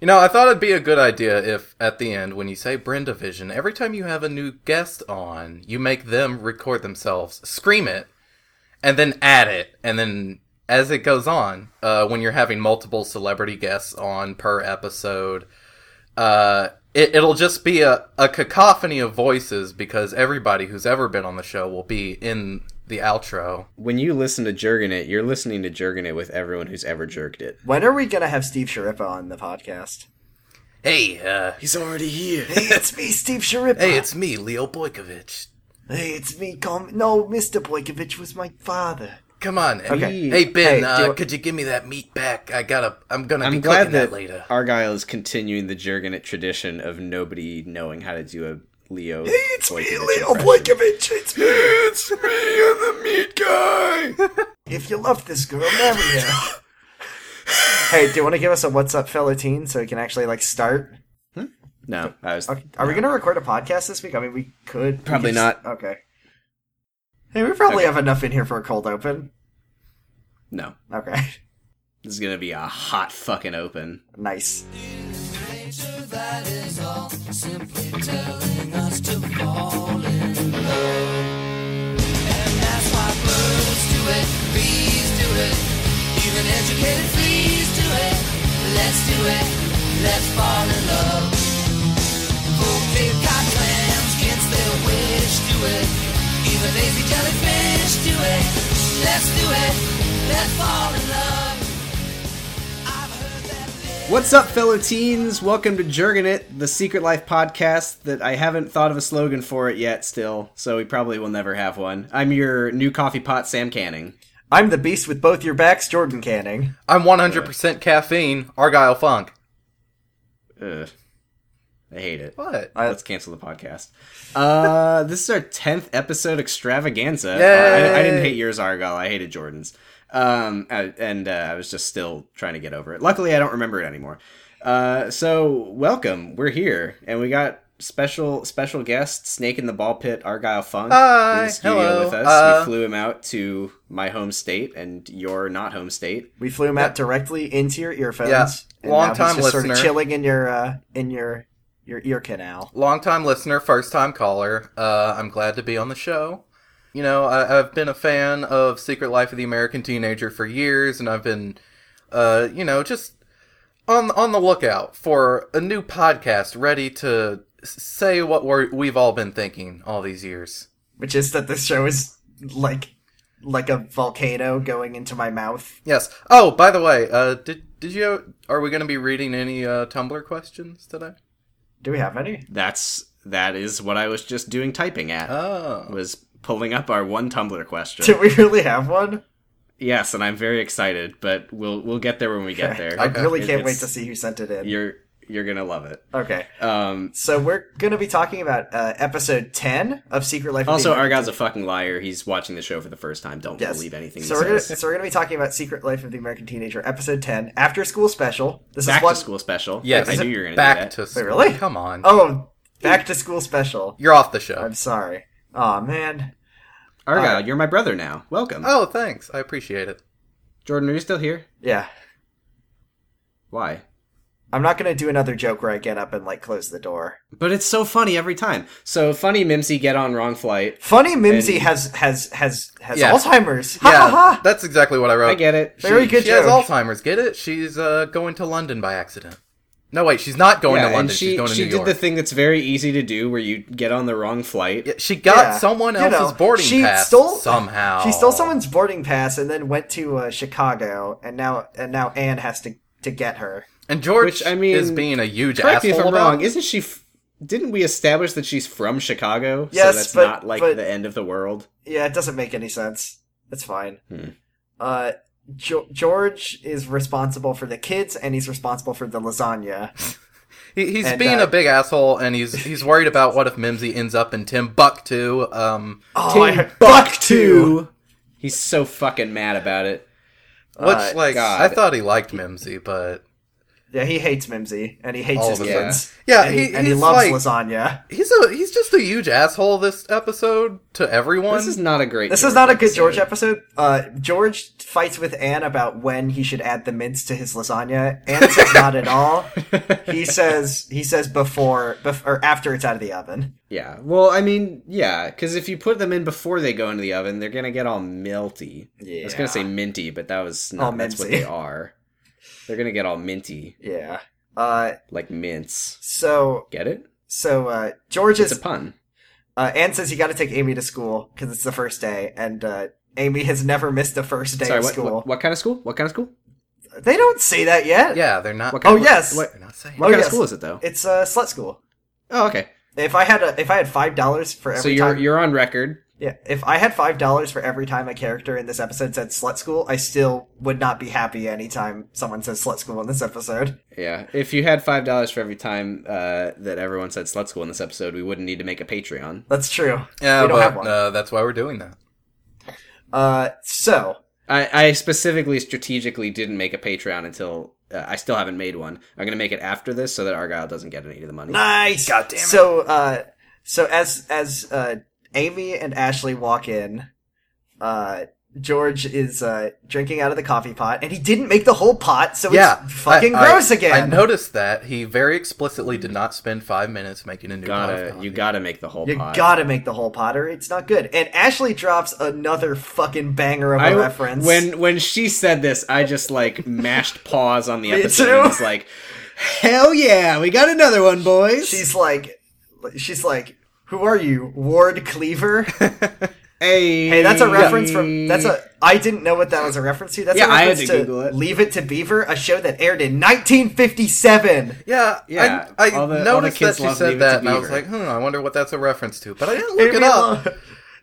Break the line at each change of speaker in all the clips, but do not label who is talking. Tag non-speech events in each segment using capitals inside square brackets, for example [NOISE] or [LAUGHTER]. You know, I thought it'd be a good idea if, at the end, when you say Brenda Vision, every time you have a new guest on, you make them record themselves, scream it, and then add it. And then as it goes on, uh, when you're having multiple celebrity guests on per episode, uh, it, it'll just be a, a cacophony of voices because everybody who's ever been on the show will be in the outro.
When you listen to Jergin It, you're listening to Jergin It with everyone who's ever jerked it.
When are we gonna have Steve Sharippa on
[LAUGHS]
the podcast?
Hey, uh,
He's already here.
Hey, it's me, Steve Sharippa.
hey, it's me, Leo Boykovich.
Hey, it's me. Call me. No, Mr. Boykovich was my father.
Come on,
Okay.
hey Ben,
Hey, do
uh,
it-
could you give me that meat back? I gotta, I'm gonna be cooking
I'm glad
that,
that
later.
Argyle is continuing the Jergin It tradition of nobody knowing how to do a Leo.
Hey, it's me,
Boykovich
Leo
impression.
Boykovich. It's me.
It's me, I'm the meat guy.
If you love this girl, marry her. hey, do you want to give us a "What's Up, fellow teen" so we can actually like start?
No, I was.
Okay, Are we gonna record a podcast this week? I mean, we could. we
Probably
could
not.
Okay. Hey, we probably
Okay.
have enough in here for a cold open.
No,
Okay. [LAUGHS]
this is gonna be a hot fucking open.
nice.
What's up, fellow teens? Welcome to Jergin It, the Secret Life podcast that I haven't thought of a slogan for it yet, still, so we probably will never have one. I'm your new coffee pot, Sam Canning.
I'm the beast with both your backs, Jordan Canning.
I'm 100% caffeine, Argyle Funk.
Ugh. I hate it.
What?
I-
Let's cancel the podcast. Uh, [LAUGHS] this is our tenth episode extravaganza. Oh,
Yay!
I, I didn't hate yours, Argyle. I hated Jordan's. Um, I- and uh, I was just still trying to get over it. Luckily, I don't remember it anymore. Uh, so welcome. We're here, and we got special special guest Snake in the Ball Pit, Argyle Funk,
Hi,
in the studio
hello,
with us.
uh,
we flew him out to my home state and your not home state.
We flew him out directly into your earphones.
Yeah.
and now he's
Long-time
just Sort
listener.
of chilling in your uh, in your your ear canal.
Longtime listener, first time caller. Uh, I'm glad to be on the show. You know, I, I've been a fan of Secret Life of the American Teenager for years, and I've been, uh, you know, just on on the lookout for a new podcast ready to s- say what we're, we've all been thinking all these years.
which is that this show is like like a volcano going into my mouth.
Yes. Oh, by the way, uh, did did you? Are we going to be reading any uh, Tumblr questions today?
Do we have any?
That's that is what I was just doing typing at.
Oh,
was pulling up our one Tumblr question.
Do we really have one?
Yes, and I'm very excited, but we'll we'll get there when we get there.
[LAUGHS] I really
It-
can't wait
it's-
to see who sent it in.
You're you're gonna love it.
Okay,
Um,
so we're gonna be talking about uh, episode ten of Secret Life. of
also,
the American
Argyle's a fucking liar. He's watching the show for the first time. Don't
Yes.
believe anything.
So
he
we're gonna,
says.
so we're gonna be talking about Secret Life of the American Teenager, episode ten, after school special. This
back
is one
to school special.
Yes.
I knew you were gonna
back
do that.
to school.
really?
Come on,
Oh, back to school special.
you're off the show.
I'm sorry. Oh man,
Argyle. you're my brother now. Welcome,
Oh, thanks. I appreciate it.
Jordan. Are you still here?
yeah.
Why?
I'm not gonna do another joke where I get up and like close the door.
But it's so funny every time. So funny, Mimsy. Get on wrong flight.
Funny Mimsy
And-
has has has has
Yeah.
Alzheimer's. Ha
Yeah,
ha ha.
that's exactly what I wrote.
I get it.
She,
Very good
She has
joke.
Alzheimer's. Get it? She's uh, going to London by accident. No, wait. She's not going
Yeah,
to London.
and she
she's going to
she
New
did
York.
the thing that's very easy to do, where you get on the wrong flight.
Yeah, she got
Yeah,
someone
you
else's
know,
boarding
she
pass
stole-
somehow.
She stole someone's boarding pass and then went to uh, Chicago, and now and now Anne has to to get her.
And George
Which, I mean,
is being a huge
Correct me
asshole
if I'm
about
wrong. Isn't she? F- didn't we establish that she's from Chicago?
Yes,
so that's
but-
not like
but-
the end of the world.
Yeah, it doesn't make any sense. It's fine.
Hmm.
Uh, jo- George is responsible for the kids, and he's responsible for the lasagna.
He, he's
And,
being
uh,
a big asshole, and he's he's worried about what if Mimsy ends up in Timbuktu. Um,
Oh, I heard-
Timbuktu. He's so fucking mad about it.
which like
Oh God.
I thought he liked Mimsy, but
Yeah, he hates Mimsy and he hates
All
his
of
us. Yeah.
kids.
Yeah,
and he,
he-
and he
he's
loves
like-
lasagna.
He's a he's just a huge asshole this episode to everyone.
This is not a great.
This is not a good George episode. Uh, George fights with Anne about when he should add the mince to his lasagna. Anne says not at all. He says he says before, bef- or after it's out of the oven.
[LAUGHS] Yeah. Well, I mean, yeah, because if you put them in before they go into the oven, they're gonna get all melty. I was
Yeah.
gonna say minty, but that was not.
All
that's what
minty.
they are. They're gonna get all minty,
Yeah. Uh,
like mints.
so
Get it?
so uh, George
It's
is
a pun.
Uh, Anne says you got to take Amy to school because it's the first day, and uh, Amy has never missed the first day
Sorry.
of
What,
school.
what? What kind of school? What kind of school?
They don't say that yet.
yeah, they're not.
What
Oh
kind of,
yes,
What,
They're not saying.
what
Oh,
kind
yes.
of school is it though?
it's uh, slut school.
Oh, okay.
If I had a, if I had five dollars for every
So you're
time,
you're on record.
yeah, if I had five dollars for every time a character in this episode said slut school, I still would not be happy anytime someone says slut school in this episode.
Yeah. If you had five dollars for every time uh, that everyone said "slut school" in this episode, we wouldn't need to make a Patreon.
That's true.
Yeah,
we don't have
but
one.
uh, that's why we're doing that.
Uh, so
I, I specifically strategically didn't make a Patreon until uh, I still haven't made one. I'm gonna make it after this so that Argyle doesn't get any of the money.
Nice.
God damn it.
So, uh, so as as uh, Amy and Ashley walk in, uh, George is uh, drinking out of the coffee pot, and he didn't make the whole pot, so
yeah,
it's fucking
I- I-
gross again.
I noticed that he very explicitly did not spend five minutes making a new pot
gotta
of coffee.
you gotta make the whole
You
pot.
gotta make the whole pot, or it's not good. And Ashley drops another fucking banger of a
I-
reference.
When when she said this, I just
[LAUGHS]
like mashed pause on the
Me
episode.
too.
And was like, hell yeah, we got another one, boys.
she's like, she's like, "Who are you, Ward Cleaver?"
hey,
Hey, that's a reference from that's a. I didn't know what that was a reference to. That's
Yeah,
a
I had
reference
to Google it.
Leave it to Beaver, a show that aired in 1957.
Yeah,
Yeah,
I, I
all the- all the
noticed that
kids
she
love Leave
said
It to
that, and I was
Beaver.
like, hmm, I wonder what that's a reference to. But I didn't look it
Amy
up.
lo-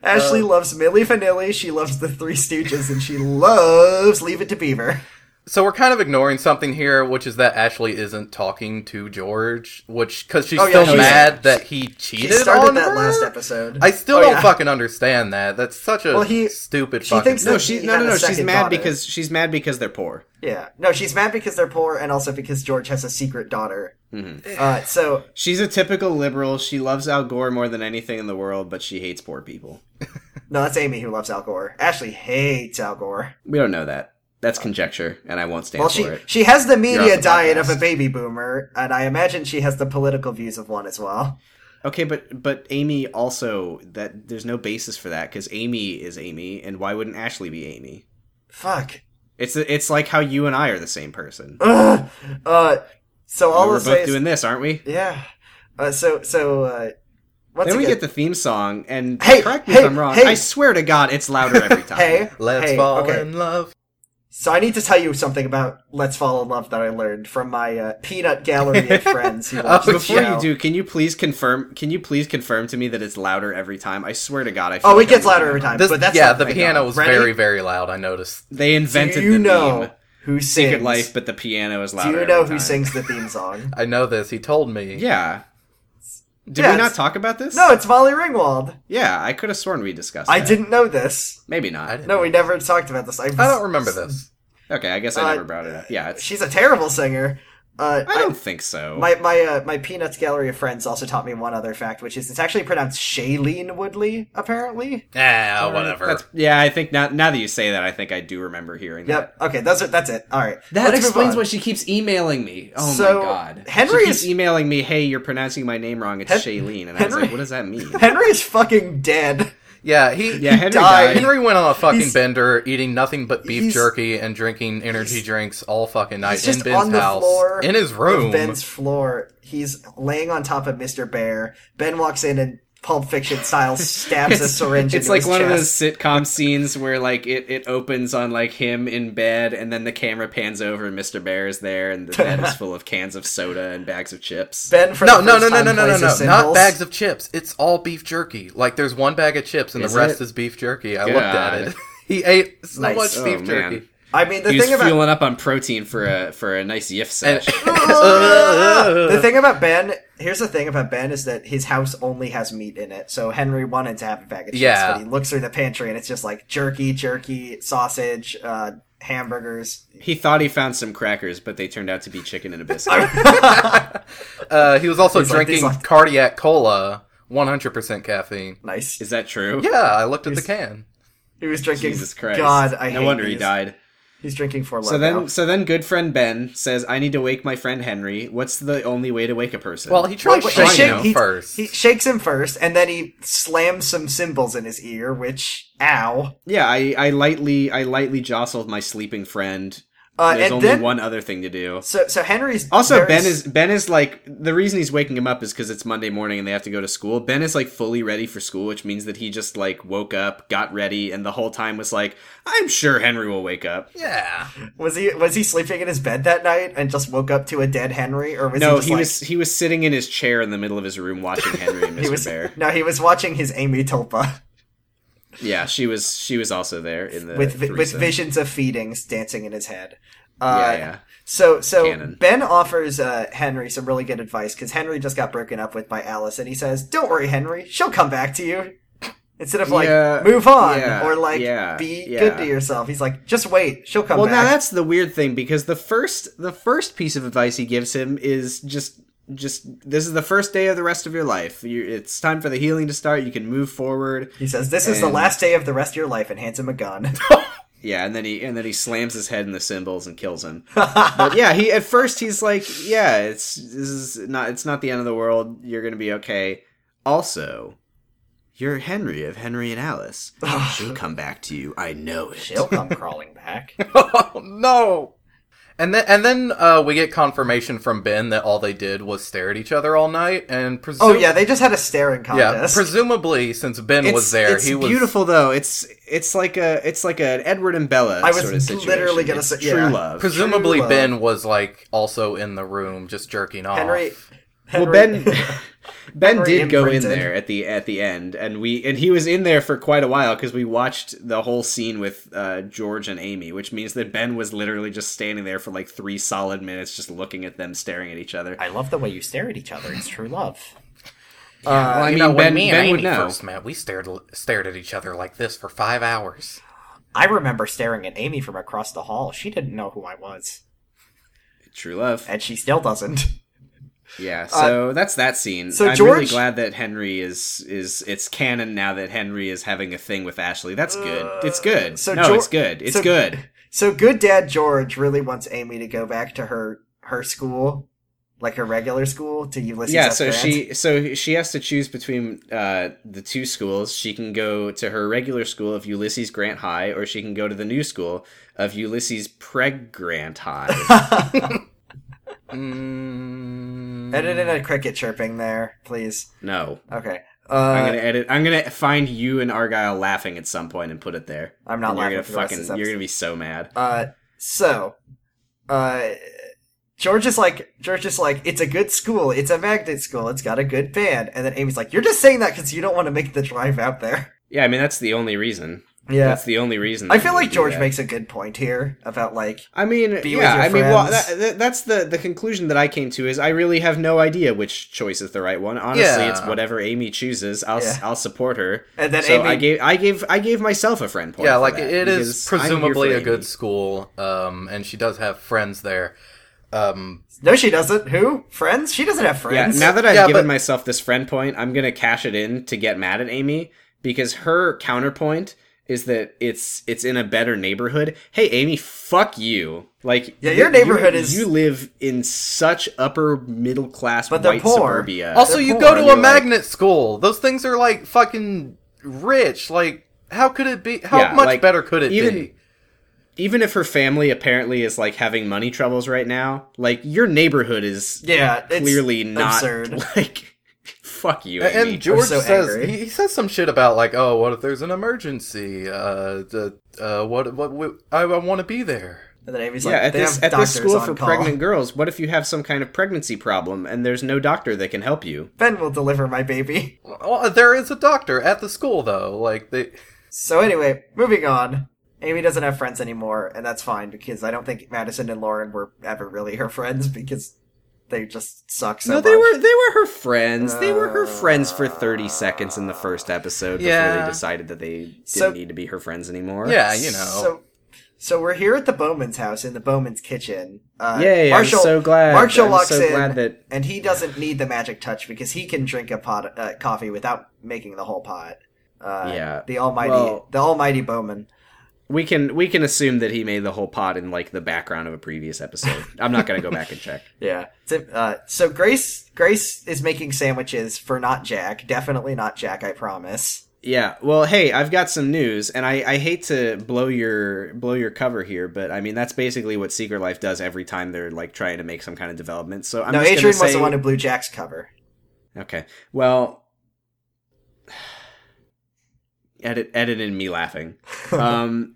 Uh,
Ashley loves Millie Vanilli. She loves the Three Stooges, and she loves Leave It to Beaver.
So we're kind of ignoring something here, which is that Ashley isn't talking to George, which because she's
Oh, yeah,
still
she's-
mad that he
She
cheated
started
on
that
her?
last episode.
I still
Oh,
don't
yeah.
fucking understand that. That's such a
Well, he-
stupid.
she
fucking
thinks
no.
that-
She
He
no
had
no
a
no. She's
second
mad
daughter.
because she's mad because they're poor.
Yeah, no, she's mad because they're poor, and also because George has a secret daughter.
Mm-hmm.
Uh, so
She's a typical liberal. She loves Al Gore more than anything in the world, but she hates poor people.
no, that's Amy who loves Al Gore. Ashley hates Al Gore.
We don't know that. That's conjecture, and I won't stand
Well,
for
she
it.
she has the media
off the
diet of
podcast.
a baby boomer, and I imagine she has the political views of one as well.
Okay, but but Amy also that there's no basis for that because Amy is Amy, and why wouldn't Ashley be Amy?
Fuck.
It's it's like how you and I are the same person.
Ugh. Uh, so all
We're
I'll
both
say is,
doing this, aren't we?
yeah. Uh, so so uh, once
Then we
again-
get the theme song, and
Hey,
correct me
hey,
if I'm wrong.
hey.
I swear to God, it's louder
[LAUGHS]
every time.
hey
Let's
hey,
fall
okay.
in love.
So I need to tell you something about Let's Fall in Love that I learned from my uh,
[LAUGHS]
peanut gallery of friends.
Oh,
Who watch the
Before
show.
you do, can you please confirm? Can you please confirm to me that it's louder every time? I swear to God, I. Feel
oh,
like
it gets
I'm-
louder every time.
This,
but that's
yeah,
not
the
right.
piano was
Ready?
very, very loud. I noticed.
They invented
Do you
the
know
meme.
who sings?
Secret Life, but the piano is
do
louder.
you know
every time.
who sings the
[LAUGHS]
theme song?
I know this. He told me.
Yeah. Did
Yeah,
we not
it's-
talk about this?
no, it's Molly Ringwald.
Yeah, I could have sworn we discussed.
I
that.
didn't know this.
Maybe
I
not.
didn't.
No, we never talked about this. I,
I don't remember this.
[LAUGHS]
Okay, I guess
Uh,
I never brought it up. Yeah,
[LAUGHS]
it's,
She's a terrible singer. Uh,
I don't think so.
My my uh, my peanuts gallery of friends also taught me one other fact, which is it's actually pronounced Shailene Woodley. Apparently.
Ah, whatever.
That's, yeah, I think now, now that you say that, I think I do remember hearing
Yep. Okay. That's it. That's it. All right.
that. That
Let's move
explains
on.
why she keeps emailing me. Oh
So,
my god,
Henry
she keeps
is-
emailing me. Hey, you're pronouncing my name wrong. It's
Hen-
Shailene, and I was
Henry-
like, what does that
[LAUGHS]
mean?
Henry's fucking dead.
yeah, he.
yeah, Henry
died.
died.
Henry went on a fucking
He's-
bender, eating nothing but beef
he's-
jerky and drinking energy
he's-
drinks all fucking night
He's just
in Ben's
on the
house,
floor
in his
Of
room.
Ben's floor. He's laying on top of Mr. Bear. Ben walks in and Pulp Fiction style
[LAUGHS]
stabs a syringe.
It's
into
like
his
one of those
chest. [LAUGHS]
sitcom scenes where like it, it opens on like him in bed and then the camera pans over and Mr. Bear is there and the bed
[LAUGHS]
is full of cans of soda and bags of chips.
Ben for
no,
the
no,
first
no, no,
time
no, no, no,
plays
no!
his
Not
cymbals.
bags of chips. It's all beef jerky. Like there's one bag of chips and
Is
the rest
it?
is beef jerky. I looked at
God.
it. [LAUGHS] he ate so
Nice.
much
Oh,
beef
man.
jerky.
I mean, the
He was
thing about
fueling up on protein for a for a nice yiff
And,
session.
[LAUGHS] the thing about Ben, here's the thing about Ben is that his house only has meat in it. So Henry wanted to have a bag of chips,
Yeah.
but he looks through the pantry and it's just like jerky, jerky, sausage, uh, hamburgers.
He thought he found some crackers, but they turned out to be chicken and a
[LAUGHS]
biscuit.
Uh, he was also
He's like- he's
drinking
like-
cardiac cola, 100% caffeine.
Nice.
Is that true?
Yeah, I looked at the
He's-
can.
He was drinking.
Jesus Christ.
God, I
no
hate
wonder he
these.
died.
He's drinking for
So then, so then, good friend Ben says, "I need to wake my friend Henry. What's the only way to wake a person?"
Well, he tried
wait,
shaking
shake-
him
he,
first.
He shakes him first, and then he slams some cymbals in his ear, which ow.
yeah, I, I lightly, I lightly jostled my sleeping friend.
Uh,
There's
and
only
then
one other thing to do.
so so Henry's
Also,
very
Ben
s-
is Ben is like the reason he's waking him up is because it's Monday morning and they have to go to school. Ben is like fully ready for school, which means that he just like woke up, got ready, and the whole time was like, "I'm sure Henry will wake up."
yeah. [LAUGHS]
was he was he sleeping in his bed that night and just woke up to a dead Henry, or was he
No,
just
he
like,
was he was sitting in his chair in the middle of his room watching
[LAUGHS]
Henry and
he
Mr.
was
Bear.
no he was watching his Amy Tulpa
Yeah, she was she was also there in the
with vi- with
threesome.
visions of feedings dancing in his head. Uh,
Yeah, yeah.
So, so
Canon.
Ben offers uh, Henry some really good advice because Henry just got broken up with by Alice, and he says, "Don't worry, Henry. She'll come back to you." Instead of like
Yeah,
move on
yeah,
or like
yeah,
be
yeah.
good to yourself, he's like, "Just wait. She'll come
Well, now
back."
that's the weird thing because the first the first piece of advice he gives him is just just this is the first day of the rest of your life. You, it's time for the healing to start. You can move forward.
he says, "This is the
and-
last day of the rest of your life," and hands him
[LAUGHS]
a gun.
Yeah, and then he and then he slams his head in the cymbals and kills him. but yeah, he at first he's like, yeah, it's this is not it's not the end of the world. You're gonna be okay. Also, you're Henry of Henry and Alice. She'll come back to you. I know it.
[LAUGHS] She'll come
[LAUGHS]
crawling back.
oh no. And then, and then uh, we get confirmation from Ben that all they did was stare at each other all night, and presu-
oh yeah, they just had a staring
yeah,
contest.
presumably since Ben
It's-
was there,
It's
he was
beautiful though. It's it's like a it's like an Edward and Bella.
I was
sort of situation.
literally gonna
It's
say-
true
yeah.
love.
presumably
True love.
Ben was like also in the room just jerking off.
Henry,
well, [LAUGHS]
Henry-
Ben Ben
Henry
did go in
imprinted.
there at the at the end, and we and he was in there for quite a while because we watched the whole scene with uh, George and Amy, which means that Ben was literally just standing there for like three solid minutes, just looking at them staring at each other.
[LAUGHS] I uh, love the way you stare at each other. It's true love.
Uh, I
you
mean,
know, when
Ben,
me and
ben
Amy
would know.
first met, we stared stared at each other like this for five hours.
I remember staring at Amy from across the hall. She didn't know who I was,
True love.
and she still doesn't.
Yeah, so that's that scene.
Uh, so
I'm really
George-
glad that Henry is is it's canon now that Henry is having a thing with Ashley. That's good. it's good.
Uh, so
no,
Geor-
it's good. It's
so-
good.
So good dad George really wants Amy to go back to her her school, like her regular school to Ulysses.
Yeah,
S.
so
Grant.
she so she has to choose between uh, the two schools. She can go to her regular school of Ulysses Grant High, or she can go to the new school of Ulysses Preg Grant
[LAUGHS] Uh,
High.
Mm,
edit in a cricket chirping there, please.
no,
Okay. Uh,
I'm gonna edit. I'm gonna find you and Argyle laughing at some point and put it there.
I'm not
And
laughing
You're
for
gonna
the
fucking.
rest of this
You're
episode.
gonna be so mad.
Uh, so, uh, George is like, George is like, it's a good school. It's a magnet school. It's got a good band. And then Amy's like, you're just saying that because you don't want to make the drive out there.
Yeah, I mean that's the only reason.
Yeah.
That's the only reason.
I
that
feel
we
like
do
George
that.
makes a good point here about like,
I mean,
Be with
yeah.
your
I mean, well,
friends.
that, that, that's the the conclusion that I came to is I really have no idea which choice is the right one. Honestly,
Yeah.
it's whatever Amy chooses. I'll s
Yeah.
will support her.
and then
so
Amy,
I gave I gave I gave myself a friend point.
yeah,
for
like
that,
it is
because I'm here
presumably
for
a good
Amy.
school, um, and she does have friends there. Um,
no, she doesn't. Who? Friends? She doesn't have
Yeah.
friends.
Now that I've
Yeah,
given
but-
myself this friend point, I'm gonna cash it in to get mad at Amy because her counterpoint is that it's it's in a better neighborhood. Hey, Amy, fuck you. Like
Yeah, your
you- you-
neighborhood is-
you live in such upper middle class
But they're
white
poor.
suburbia.
also,
they're
you
poor,
go to
you're
a
like-
magnet school; those things are like fucking rich. Like, how could it be? How
Yeah,
much
like,
better could it
even-
be?
even if her family apparently is like having money troubles right now, like your neighborhood is
yeah, it's
clearly not
absurd.
[LAUGHS] like fuck you.
And
Amy.
George
so
says
angry.
he, he says some shit about like, oh, what if there's an emergency? Uh, the uh, what what, what I, I want to be there.
[LAUGHS]
And then Amy's
yeah,
like,
at
they
this
have
at this
doctors
school
on
for
call. [LAUGHS]
pregnant girls, what if you have some kind of pregnancy problem and there's no doctor that can help you?
Ben will deliver my baby.
Well, uh, there is a doctor at the school though. Like they.
So anyway, moving on. Amy doesn't have friends anymore, and that's fine because I don't think Madison and Lauren were ever really her friends because they just suck so
no, they
much.
were they were her friends. They were her friends for 30 seconds in the first episode before
Yeah.
they decided that they didn't
So-
need to be her friends anymore.
Yeah, you know.
So, So we're here at the Bowman's house in the Bowman's kitchen. Uh,
Yay!
Marshall,
I'm so glad.
Marshall
I'm
walks
so
in,
glad that
and he doesn't need the magic touch because he can drink a pot uh, coffee without making the whole pot. Uh,
Yeah.
The almighty,
Well-
the almighty Bowman.
we can we can assume that he made the whole pot in like the background of a previous episode. I'm not gonna go back and check.
Yeah. So, uh, so Grace, Grace is making sandwiches for not Jack. Definitely not Jack. I promise.
Yeah. Well, hey, I've got some news, and I, I hate to blow your blow your cover here, but I mean that's basically what Secret Life does every time they're like trying to make some kind of development. So I'm
no,
just
Adrian
gonna
was
say,
the one who blew Jack's cover.
Okay. Well, [SIGHS] edit edit in me
[LAUGHS]
laughing. Um,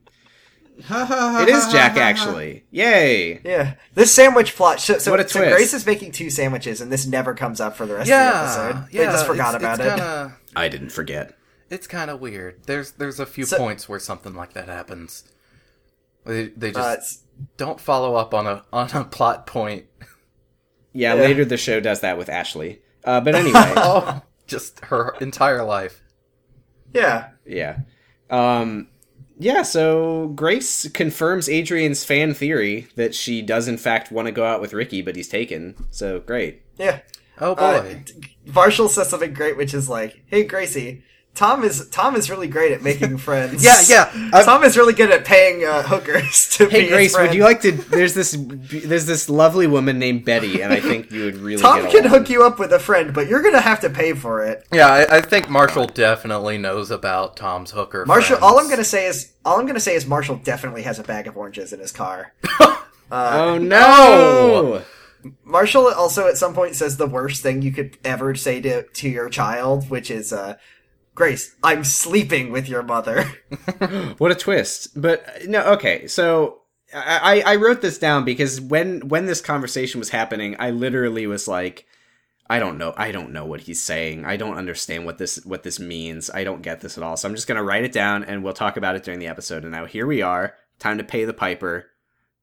it is Jack
[LAUGHS]
actually. Yay.
Yeah. This sandwich plot. So, so,
What a
so
twist.
Grace is making two sandwiches, and this never comes up for the rest of the
Yeah,
episode.
yeah.
they just forgot about it.
Kinda,
I didn't forget.
it's kind of weird. There's there's a few
So-
points where something like that happens. They, they
Uh,
just
it's-
don't follow up on a on a plot
[LAUGHS]
point. [LAUGHS]
Yeah,
Yeah.
later the show does that with Ashley. Uh, but
[LAUGHS]
anyway,
Oh, just her entire life.
yeah.
yeah. Um, yeah, so Grace confirms Adrian's fan theory that she does, in fact, want to go out with Ricky, but he's taken. So great.
Yeah.
Oh boy.
Uh, t- Marshall says something great, which is like, "Hey, Gracie, Tom is Tom is really great
[LAUGHS]
at making friends.
Yeah, yeah. Uh,
Tom is really good at paying uh, hookers to be
Hey,
his
Grace, would
friend.
you like to? There's this there's this lovely woman named Betty, and I think you would really
Tom
get
can
along.
hook you up with a friend, but you're gonna have to pay for it.
yeah, I, I think Marshall definitely knows about Tom's hooker.
Marshall,
friends.
all I'm gonna say is all I'm gonna say is Marshall definitely has a bag of oranges in
[LAUGHS]
his car.
Oh no!
Marshall also at some point says the worst thing you could ever say to to your child, which is, uh, "Grace, I'm sleeping with your mother."
[LAUGHS] What a twist! But uh, no, okay. So I I I wrote this down because when when this conversation was happening, I literally was like, I don't know, I don't know what he's saying. I don't understand what this what this means. I don't get this at all. So I'm just gonna write it down, and we'll talk about it during the episode. And now here we are. Time to pay the piper.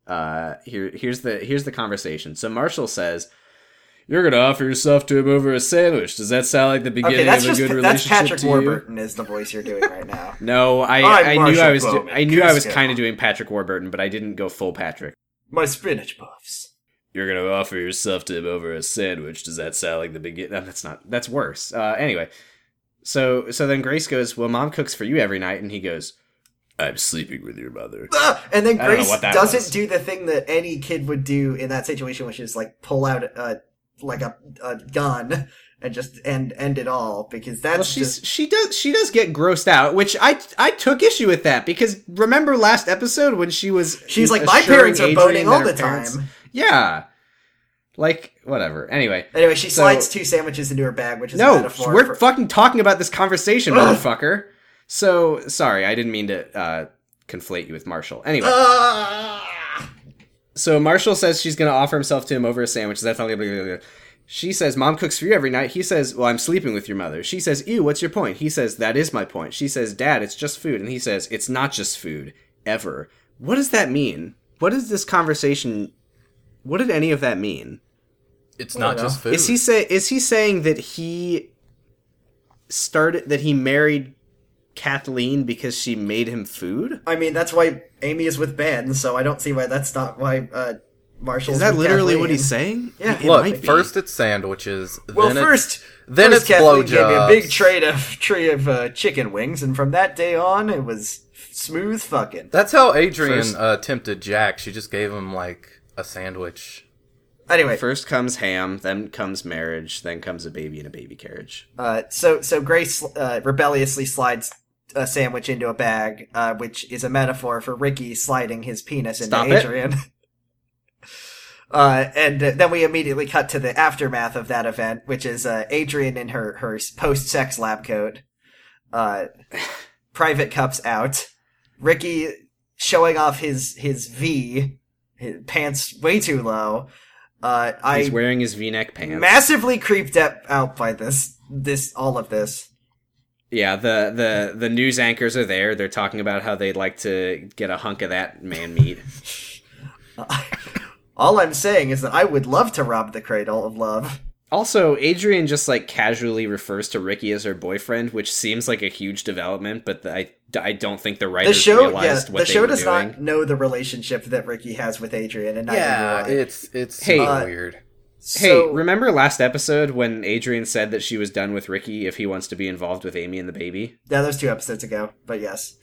Uh, here here's the here's the conversation. So Marshall says. You're gonna offer yourself to him over a sandwich. Does that sound like the beginning
okay, that's
of a
just
good
that's
relationship
Patrick
to you?
Warburton is the voice you're doing right now.
No, I,
I'm
I knew
Marshall
I was do-
Bowman.
I knew I was
Cusco.
kind of doing Patrick Warburton, but I didn't go full Patrick.
My spinach puffs.
You're gonna offer yourself to him over a sandwich. Does that sound like the beginning? that's not. That's worse. Uh, anyway, so so then Grace goes, "Well, Mom cooks for you every night," and he goes, "I'm sleeping with your mother."
Ah! And then
I don't know
Grace
what that
doesn't
was.
do the thing that any kid would do in that situation, which is like pull out a like a, a gun and just end end it all because that's
Well, she's
just
she does she does get grossed out, which I I took issue with that because remember last episode when she was
she's like my
assuring
parents are
Adrian
boning
that
all
her
the
parents-"
time.
Yeah, like whatever. Anyway,
Anyway, she
So-
slides two sandwiches into her bag, which is a
No,
metaphor.
we're
for-
fucking talking about this conversation,
Ugh.
motherfucker. So sorry, I didn't mean to uh, conflate you with Marshall. Anyway,
Ah!
so Marshall says she's gonna offer himself to him over a sandwich. That's not. She says, "Mom cooks for you every night." He says, "Well, I'm sleeping with your mother." She says, "Ew, what's your point?" He says, "That is my point." She says, "Dad, it's just food," and he says, "It's not just food ever." What does that mean? What does this conversation? What did any of that mean?
it's not
know.
just food.
Is he say is he saying that he started that he married Kathleen because she made him food?
I mean, that's why Amy is with Ben, so I don't see why that's not why uh, Marshall
Is that literally what
Kathleen.
he's saying?
Yeah.
It
Look,
might be.
first it's sandwiches.
Well,
then
first,
it's, then
first
it's
Kathleen gave me a
blowjobs.
big tray of tray of uh, chicken wings, and from that day on, it was smooth fucking.
That's how Adrian
First-
uh, tempted Jack. She just gave him like a sandwich.
Anyway,
First comes ham, then comes marriage, then comes a baby in a baby carriage.
uh, so so Grace uh, rebelliously slides a sandwich into a bag, uh, which is a metaphor for Ricky sliding his penis into
Stop it.
Adrian. [LAUGHS] Uh, and uh, then we immediately cut to the aftermath of that event, which is uh, Adrian in her her post sex lab coat,
[SIGHS]
uh, private cups out, Ricky showing off his his V, his pants way too low. Uh,
He's
I
wearing his V-neck pants.
massively creeped up, out by this this all of this.
yeah, the, the the news anchors are there. They're talking about how they'd like to get a hunk of that man meat.
All I'm saying is that I would love to rob the cradle of love.
Also, Adrian just like casually refers to Ricky as her boyfriend, which seems like a huge development, but I, I don't think the
The
writers
show, yeah,
realized what
the
they
show
were
does
doing.
not know the relationship that Ricky has with Adrian, and neither
Yeah,
do I.
it's it's
Hey.
super weird.
Hey,
so,
remember last episode when Adrian said that she was done with Ricky if he wants to be involved with Amy and the baby?
yeah, that was two episodes ago, but yes,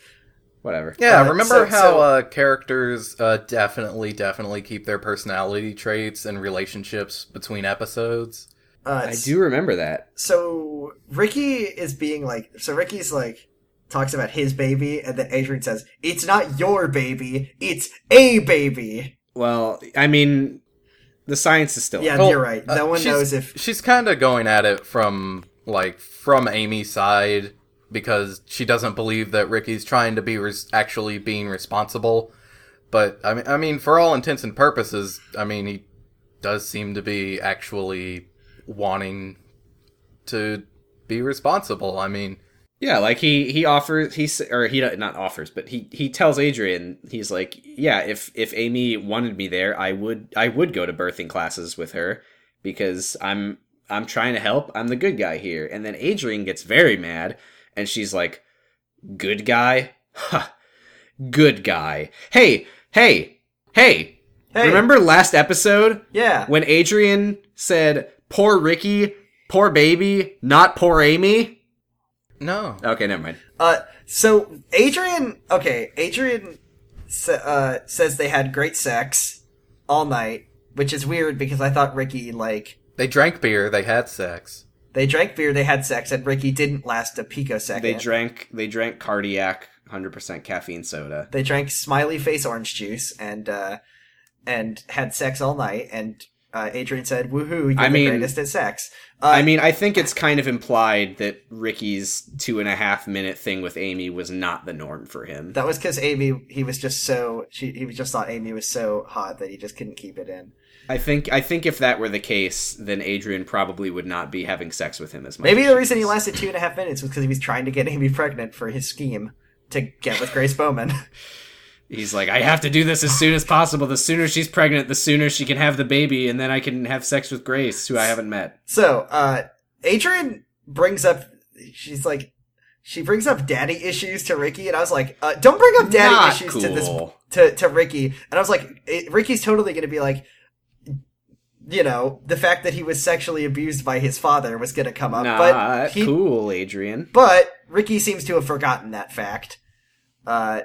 Whatever.
Yeah,
Uh,
remember
so-
how
so-
uh, characters uh, definitely, definitely keep their personality traits and relationships between episodes?
uh,
I do remember that.
So Ricky is being like, so Ricky's like talks about his baby, and then Adrian says, "It's not your baby, it's a baby."
Well, I mean, the science is still.
Yeah,
Well,
you're right.
uh,
No one
she's-
knows if
She's kind of going at it from like from Amy's side because she doesn't believe that Ricky's trying to be res- actually being responsible. But I mean, I mean, for all intents and purposes, I mean, he does seem to be actually wanting to be responsible. I mean,
Yeah, like he he offers he s- or he not offers, but he he tells Adrian he's like, yeah, if if Amy wanted me there, I would I would go to birthing classes with her because I'm I'm trying to help. I'm the good guy here. And then Adrian gets very mad and she's like, good guy? Huh. Good guy. Hey, hey, hey.
Hey.
Remember last episode
yeah,
when Adrian said, poor Ricky, poor baby, not poor Amy?
no,
Okay, never mind.
Uh, so Adrian, okay, Adrian sa- uh, says they had great sex all night, which is weird because I thought Ricky like
they drank beer, they had sex.
they drank beer, they had sex, and Ricky didn't last a picosecond.
They drank they drank cardiac 100% caffeine soda.
They drank smiley face orange juice and uh, and had sex all night. And uh, Adrian said, "Woohoo! You're
I
the
mean-
greatest at sex." Uh,
I mean, I think it's kind of implied that Ricky's two and a half minute thing with Amy was not the norm for him.
that was because Amy. He was just so she. He was just thought Amy was so hot that he just couldn't keep it in.
I think I think if that were the case, then Adrian probably would not be having sex with him as much.
Maybe
as
the
she
reason he
is.
lasted two and a half minutes was because he was trying to get Amy pregnant for his scheme to get with Grace Bowman. [LAUGHS]
he's like, I have to do this as soon as possible. The sooner she's pregnant, the sooner she can have the baby, and then I can have sex with Grace, who I haven't met.
So, uh, Adrian brings up, she's like, she brings up daddy issues to Ricky, and I was like, uh, don't bring up daddy
Not
issues to this,
cool.
to, to Ricky. And I was like, it, Ricky's totally gonna be like, you know, the fact that he was sexually abused by his father was gonna come up, but
Not
he,
cool, Adrian.
but Ricky seems to have forgotten that fact. Uh,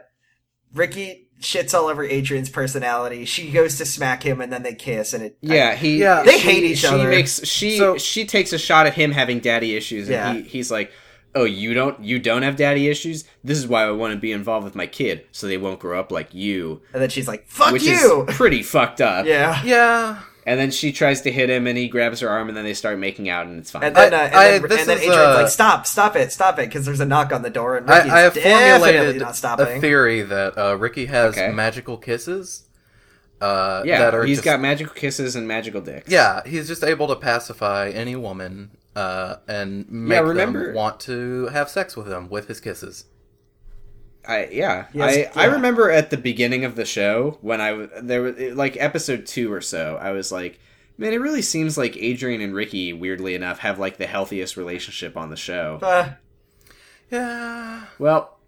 Ricky shits all over Adrian's personality. She goes to smack him, and then they kiss, and it,
Yeah, he.
Yeah.
They
she-
hate each
she
other.
Makes, she
So-
she takes a shot at him having daddy issues, and
Yeah.
he, he's like, "Oh, you don't you don't have daddy issues. This is why I want to be involved with my kid, so they won't grow up like you."
and then she's like, "Fuck
[LAUGHS]
Which
you." [LAUGHS]
is pretty fucked up.
yeah.
Yeah,
And then she tries to hit him, and he grabs her arm, and then they start making out, and it's fine.
And then,
I-
uh, and
I-
then,
this
and then
is,
Adrian's
uh,
like, "Stop! Stop it! Stop it!" Because there's a knock on the door, and Ricky's
I, I have
definitely
formulated
not
a
stopping.
theory that uh, Ricky has
Okay.
magical kisses. Uh,
yeah,
that are
he's
just
got magical kisses and magical dicks.
Yeah, he's just able to pacify any woman uh, and make
remember-
them want to have sex with him with his kisses.
I yeah. I
Yes,
I
yeah.
remember at the beginning of the show when I w- there was like episode 2 or so, I was like, man, it really seems like Adrian and Ricky weirdly enough have like the healthiest relationship on the show.
Uh,
Yeah.
Well,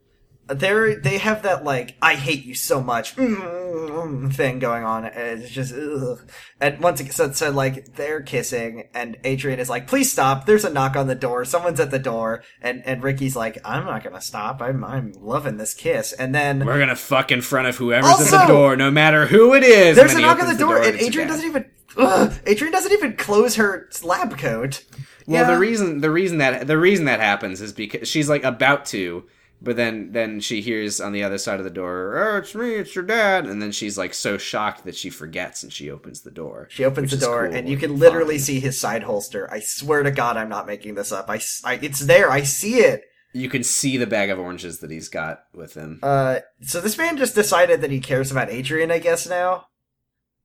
they they have that like "I hate you so much" mm, mm, mm, thing going on. and It's just ugh. and once it so, so like they're kissing, and Adrian is like, "Please stop! There's a knock on the door. Someone's at the door." And and Ricky's like, "I'm not gonna stop. I'm I'm loving this kiss." And then
we're going to fuck in front of whoever's at
Also-
the door no matter who it is.
there's a
And then he
knock on the
opens
door, and
it's a
Adrian
guy.
doesn't even ugh, Adrian doesn't even close her lab coat.
Well,
Yeah.
the reason the reason that the reason that happens is because she's like about to, but then then she hears on the other side of the door, "Oh, it's me, it's your dad," and then she's like so shocked that she forgets and she opens the door.
She opens
which
the
is
door,
cool
and you can
fun.
literally see his side holster. I swear to God, I'm not making this up. I, s- I- it's there. I see it.
you can see the bag of oranges that he's got with him.
Uh, so this man just decided that he cares about Adrian, I guess now.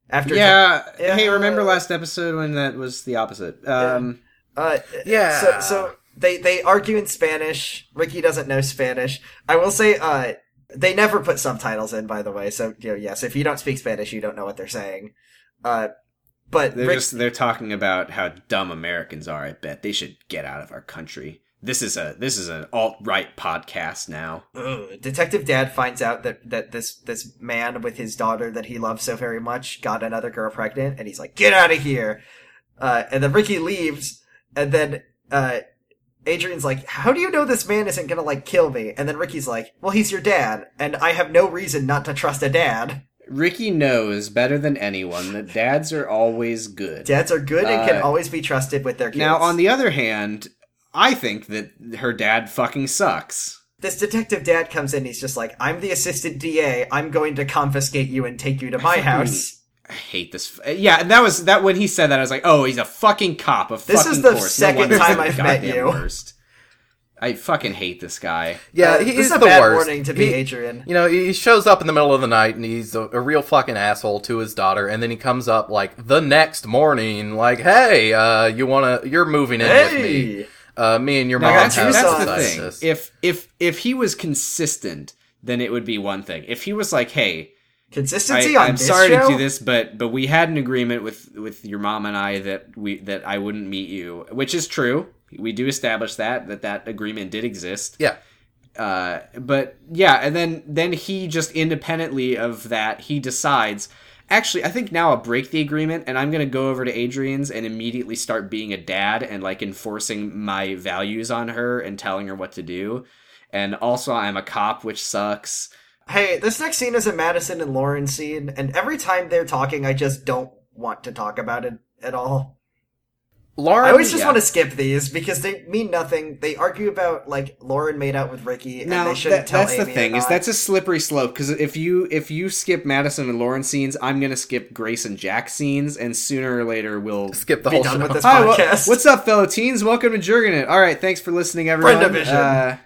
After
yeah.
Yeah.
Hey, remember last episode when that was the opposite? Um,
uh,
Yeah.
So, so they they argue in Spanish. Ricky doesn't know Spanish. I will say, uh, they never put subtitles in, by the way. So you know, yes, if you don't speak Spanish, you don't know what they're saying. Uh, But
They're
Rick,
just they're talking about how dumb Americans are. I bet they should get out of our country. This is a this is an alt right podcast now.
Ugh. Detective Dad finds out that that this this man with his daughter that he loves so very much got another girl pregnant, and he's like, "Get out of here!" Uh, and then Ricky leaves, and then uh, Adrian's like, "How do you know this man isn't gonna like kill me?" And then Ricky's like, "Well, he's your dad, and I have no reason not to trust a dad.
Ricky knows better than anyone that dads are always good.
Dads are good and can
Uh,
always be trusted with their kids."
now, on the other hand, I think that her dad fucking sucks.
this detective dad comes in, he's just like, "I'm the assistant DA. I'm going to confiscate you and take you to my
[LAUGHS]
fucking-
house."
I hate this. F- uh, yeah, and that was that when he said that I was like, oh, he's a fucking cop. Of
This is
fucking
the
course.
second
wonder he's
time
the
I've met
goddamn
you.
Worst. I fucking hate this guy.
Yeah,
Uh,
he
this
is
a
the
bad
worst.
warning to be
He-
Adrian.
You know, he shows up in the middle of the night and he's a, a real fucking asshole to his daughter, and then he comes up like the next morning, like, "Hey, uh, you wanna? You're moving in with me.
Hey,
Uh, me and your
Now,
mom
that's,
have
that's the
decided
thing.
this."
If if if he was consistent, then it would be one thing. If he was like, hey,
consistency
I,
on
I'm
this
sorry
show.
to do this, but but we had an agreement with with your mom and I that we that I wouldn't meet you, which is true. We do establish that that that agreement did exist.
yeah,
Uh, but yeah, and then then he just independently of that he decides. Actually, I think now I'll break the agreement, and I'm gonna go over to Adrian's and immediately start being a dad and like enforcing my values on her and telling her what to do. And also, I'm a cop, which sucks.
Hey, this next scene is a Madison and Lauren scene, and every time they're talking, I just don't want to talk about it at all.
Lauren.
I always just
Um, yeah.
want to skip these because they mean nothing. They argue about like Lauren made out with Ricky, and
No,
they shouldn't
that,
tell
that's
Amy
the thing
or
is
not.
that's a slippery slope because if you if you skip Madison and Lauren scenes, I'm gonna skip Grace and Jack scenes, and sooner or later we'll
skip the
Be
whole
done
show.
with this
Hi, wha-
podcast.
what's up, fellow teens? Welcome to Jurgen It. All right, thanks for listening, everyone.
Brendavision.
Uh,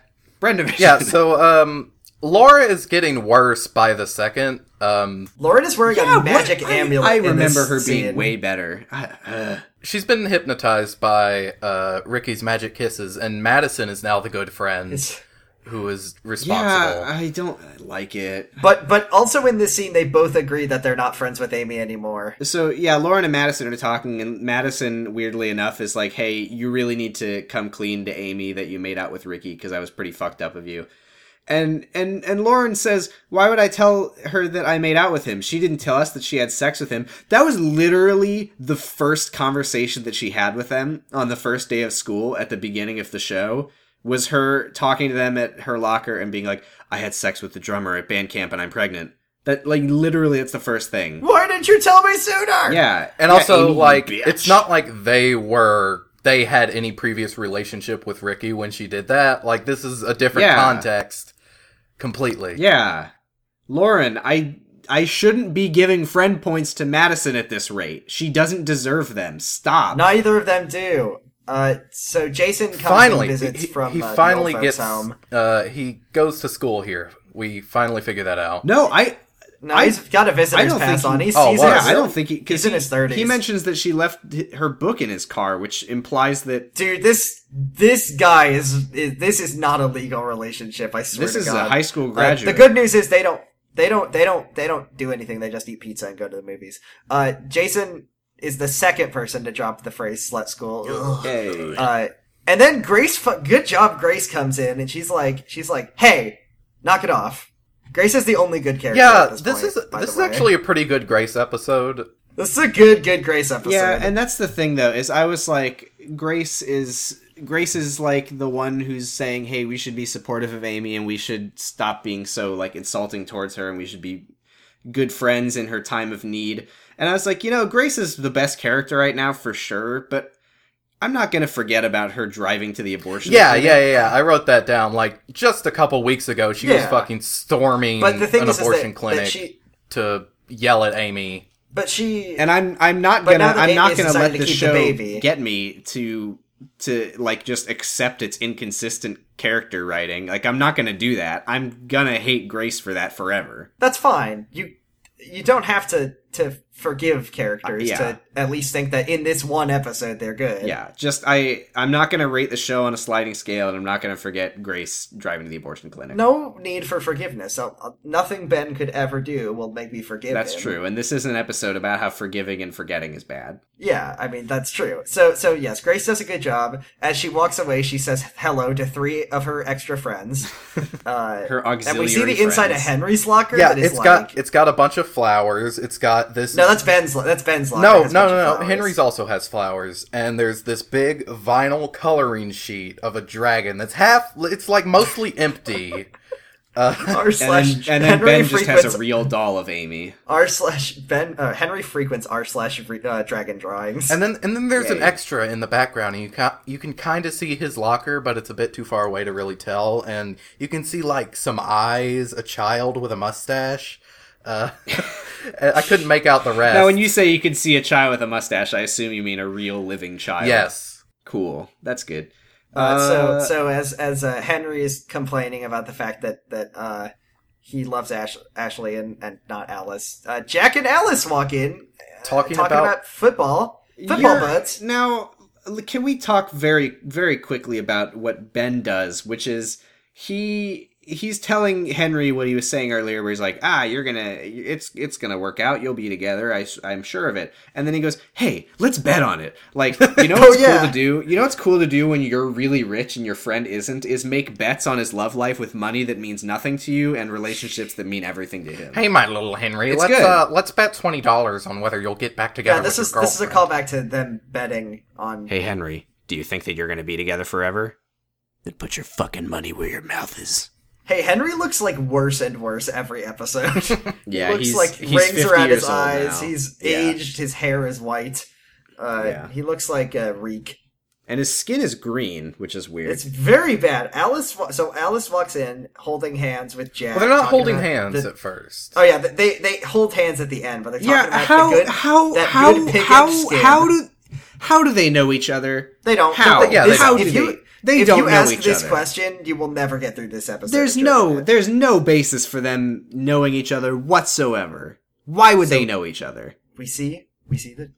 Brendavision. [LAUGHS]
yeah, so um, Laura is getting worse by the second. Um,
Lauren is wearing
Yeah,
a
what-
magic
I-
amulet.
I
in this
remember her being
scene.
way better. I, uh,
she's been hypnotized by uh, Ricky's magic kisses, and Madison is now the good friend
It's-
who is responsible.
yeah, I don't like it.
[LAUGHS] But but also in this scene, they both agree that they're not friends with Amy anymore.
So yeah, Lauren and Madison are talking, and Madison, weirdly enough, is like, "Hey, you really need to come clean to Amy that you made out with Ricky because I was pretty fucked up of you." And and and Lauren says, "Why would I tell her that I made out with him? She didn't tell us that she had sex with him." That was literally the first conversation that she had with them on the first day of school at the beginning of the show. Was her talking to them at her locker and being like, "I had sex with the drummer at band camp and I'm pregnant." That like literally, that's the first thing.
Why didn't you tell me sooner?
Yeah,
And
Yeah,
also,
Amy, you
like,
bitch.
it's not like they were they had any previous relationship with Ricky when she did that. Like, this is a different
Yeah.
context completely.
Yeah, Lauren, I I shouldn't be giving friend points to Madison at this rate. She doesn't deserve them. Stop.
Neither of them do. Uh, so Jason comes
Finally,
and visits
he,
from
he
uh, the
finally
old
gets.
folks home.
Uh, he goes to school here. We finally figure that out.
no, I
No,
I-
he's got a
I
visitor's
don't
pass
think
on.
he-
He's,
Oh,
he's
wow.
in
yeah,
his-
I don't think he because
he's in his 30s.
He mentions that she left h- her book in his car, which implies that
dude. This this guy is, is this is not a legal relationship. I swear
this
to
is
God.
a high school
Uh,
graduate.
the good news is they don't they don't they don't they don't do anything. They just eat pizza and go to the movies. Uh, Jason is the second person to drop the phrase "slut school." Ugh.
Hey.
Uh, and then Grace, fu- good job, Grace comes in and she's like, she's like, hey, knock it off. Grace is the only good character.
Yeah,
at
this,
this,
is
point, by
this is
the way.
actually a pretty good Grace episode.
this is a good, good Grace episode.
Yeah, and that's the thing though is I was like Grace is Grace is like the one who's saying, "Hey, we should be supportive of Amy and we should stop being so like insulting towards her and we should be good friends in her time of need." And I was like, "You know, Grace is the best character right now for sure, but I'm not going to forget about her driving to the abortion."
Yeah,
clinic.
yeah, yeah, yeah. I wrote that down. Like just a couple weeks ago, she was
Yeah.
fucking storming
but the thing
an
is, is
abortion
that,
clinic
that she,
to yell at Amy.
but she,
and I'm I'm not
But
gonna
now that
I'm
Amy
not
has
gonna
decided
let
to
the
keep the
show
baby.
get me to to like just accept its inconsistent character writing. Like I'm not gonna do that. I'm gonna hate Grace for that forever.
that's fine. You, you don't have to to forgive characters
Uh, yeah.
to at least think that in this one episode they're good.
Yeah, just I I'm not gonna rate the show on a sliding scale, and I'm not gonna forget Grace driving to the abortion clinic.
No need for forgiveness. I'll, I'll- nothing Ben could ever do will make me forgive.
that's
him.
true. And this is an episode about how forgiving and forgetting is bad.
Yeah, I mean that's true. So so yes, Grace does a good job. As she walks away, she says hello to three of her
[LAUGHS]
extra friends. Uh,
Her
and
auxiliary.
we see the inside of
friends.
Henry's locker.
Yeah,
that is
it's
like,
got it's got a bunch of flowers. It's got this.
no, that's Ben's. lo- That's Ben's locker.
no,
That's
no,
a bunch of
no, no.
flowers.
Henry's also has flowers, and there's this big vinyl coloring sheet of a dragon that's half. It's like mostly
[LAUGHS]
empty. Uh,
R slash
And then, and then
Henry
Ben just
frequents
has a real doll of Amy.
R slash Ben uh, Henry frequents R slash re- uh, dragon drawings.
and then and then there's
Yeah,
an
yeah.
extra in the background, and you ca- you can kind of see his locker, but it's a bit too far away to really tell. And you can see like some eyes, a child with a mustache. Uh, [LAUGHS] I couldn't make out the rest.
Now, when you say you can see a child with a mustache, I assume you mean a real living child.
yes.
Cool. That's good.
Uh, so
Uh,
so as as uh, Henry is complaining about the fact that that uh, he loves Ash- Ashley and, and not Alice, uh, Jack and Alice walk in uh,
Talking
talking
about-
about, football football
You're-
buds.
Now, l- can we talk very, very quickly about what Ben does, which is he he's telling Henry what he was saying earlier, where he's like, "Ah, you're gonna, it's it's gonna work out. You'll be together. I, am sure of it." And then he goes, "Hey, let's bet on it.
[LAUGHS]
Like, you know
Oh,
what's
yeah.
cool to do? You know what's cool to do when you're really rich and your friend isn't is make bets on his love life with money that means nothing to you and relationships that mean everything to him."
Hey, my little Henry,
It's
let's
good.
uh, let's bet twenty dollars on whether you'll get back together.
Yeah, this
with
is
your
this is a
girlfriend.
callback to them betting on.
Hey, Henry, do you think that you're going to be together forever? Then put your fucking money where your mouth is.
Hey, Henry looks like worse and worse every episode. [LAUGHS]
Yeah,
he looks
he's-
like
he's
rings
50
are out his
years old
eyes.
now.
He's
Yeah.
aged. His hair is white. Uh,
Yeah.
He looks like a reek.
And his skin is green, which is weird.
It's very bad. Alice, wa- so Alice walks in holding hands with Jack.
Well, they're not
talking
holding
about
hands
the-
at first.
oh yeah, they they hold hands at the end, but they're talking
yeah,
about
how
the good,
how
that
how
good pickup
how
skin.
how do how do they know each other?
they don't?
how?
But
Yeah,
this-
they
how
don't.
do
if you,
they? They
if
don't
you
know
ask
each
this
other.
question, you will never get through this episode.
there's
of
no
Jordan.
there's no basis for them knowing each other whatsoever. Why would they know each other?
We see, we see the.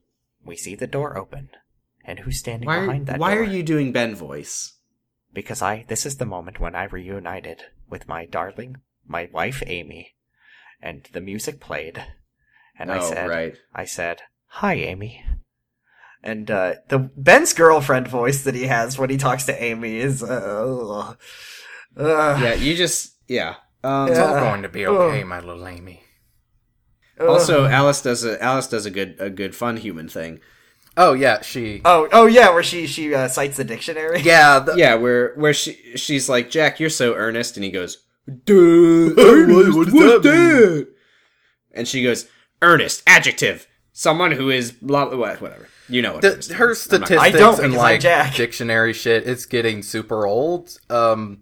We see the door open. And who's standing
Why are,
behind that
why
door?
are you doing Ben voice?
Because I this is the moment when I reunited with my darling, my wife Amy, and the music played. And I
oh,
said
right.
I said, Hi Amy.
And uh, the Ben's girlfriend voice that he has when he talks to Amy is, uh, uh,
Yeah, you just yeah. Um,
It's all
Yeah.
going to be okay, my little Amy.
Also, Alice does a Alice does a good a good fun human thing.
Oh yeah, she.
oh, oh yeah, where she she uh, cites the dictionary.
yeah, the,
Yeah, where where she she's like, Jack, you're so earnest, and he goes, Duh, earnest,
What does
what's
that mean?"
that? And she goes, earnest, adjective, someone who is blah blah, blah whatever. You know what?
the-
earnest
her
means. I'm not gonna-
statistics
I don't
and
because I'm
like
Jack.
dictionary shit. It's getting super old. Um,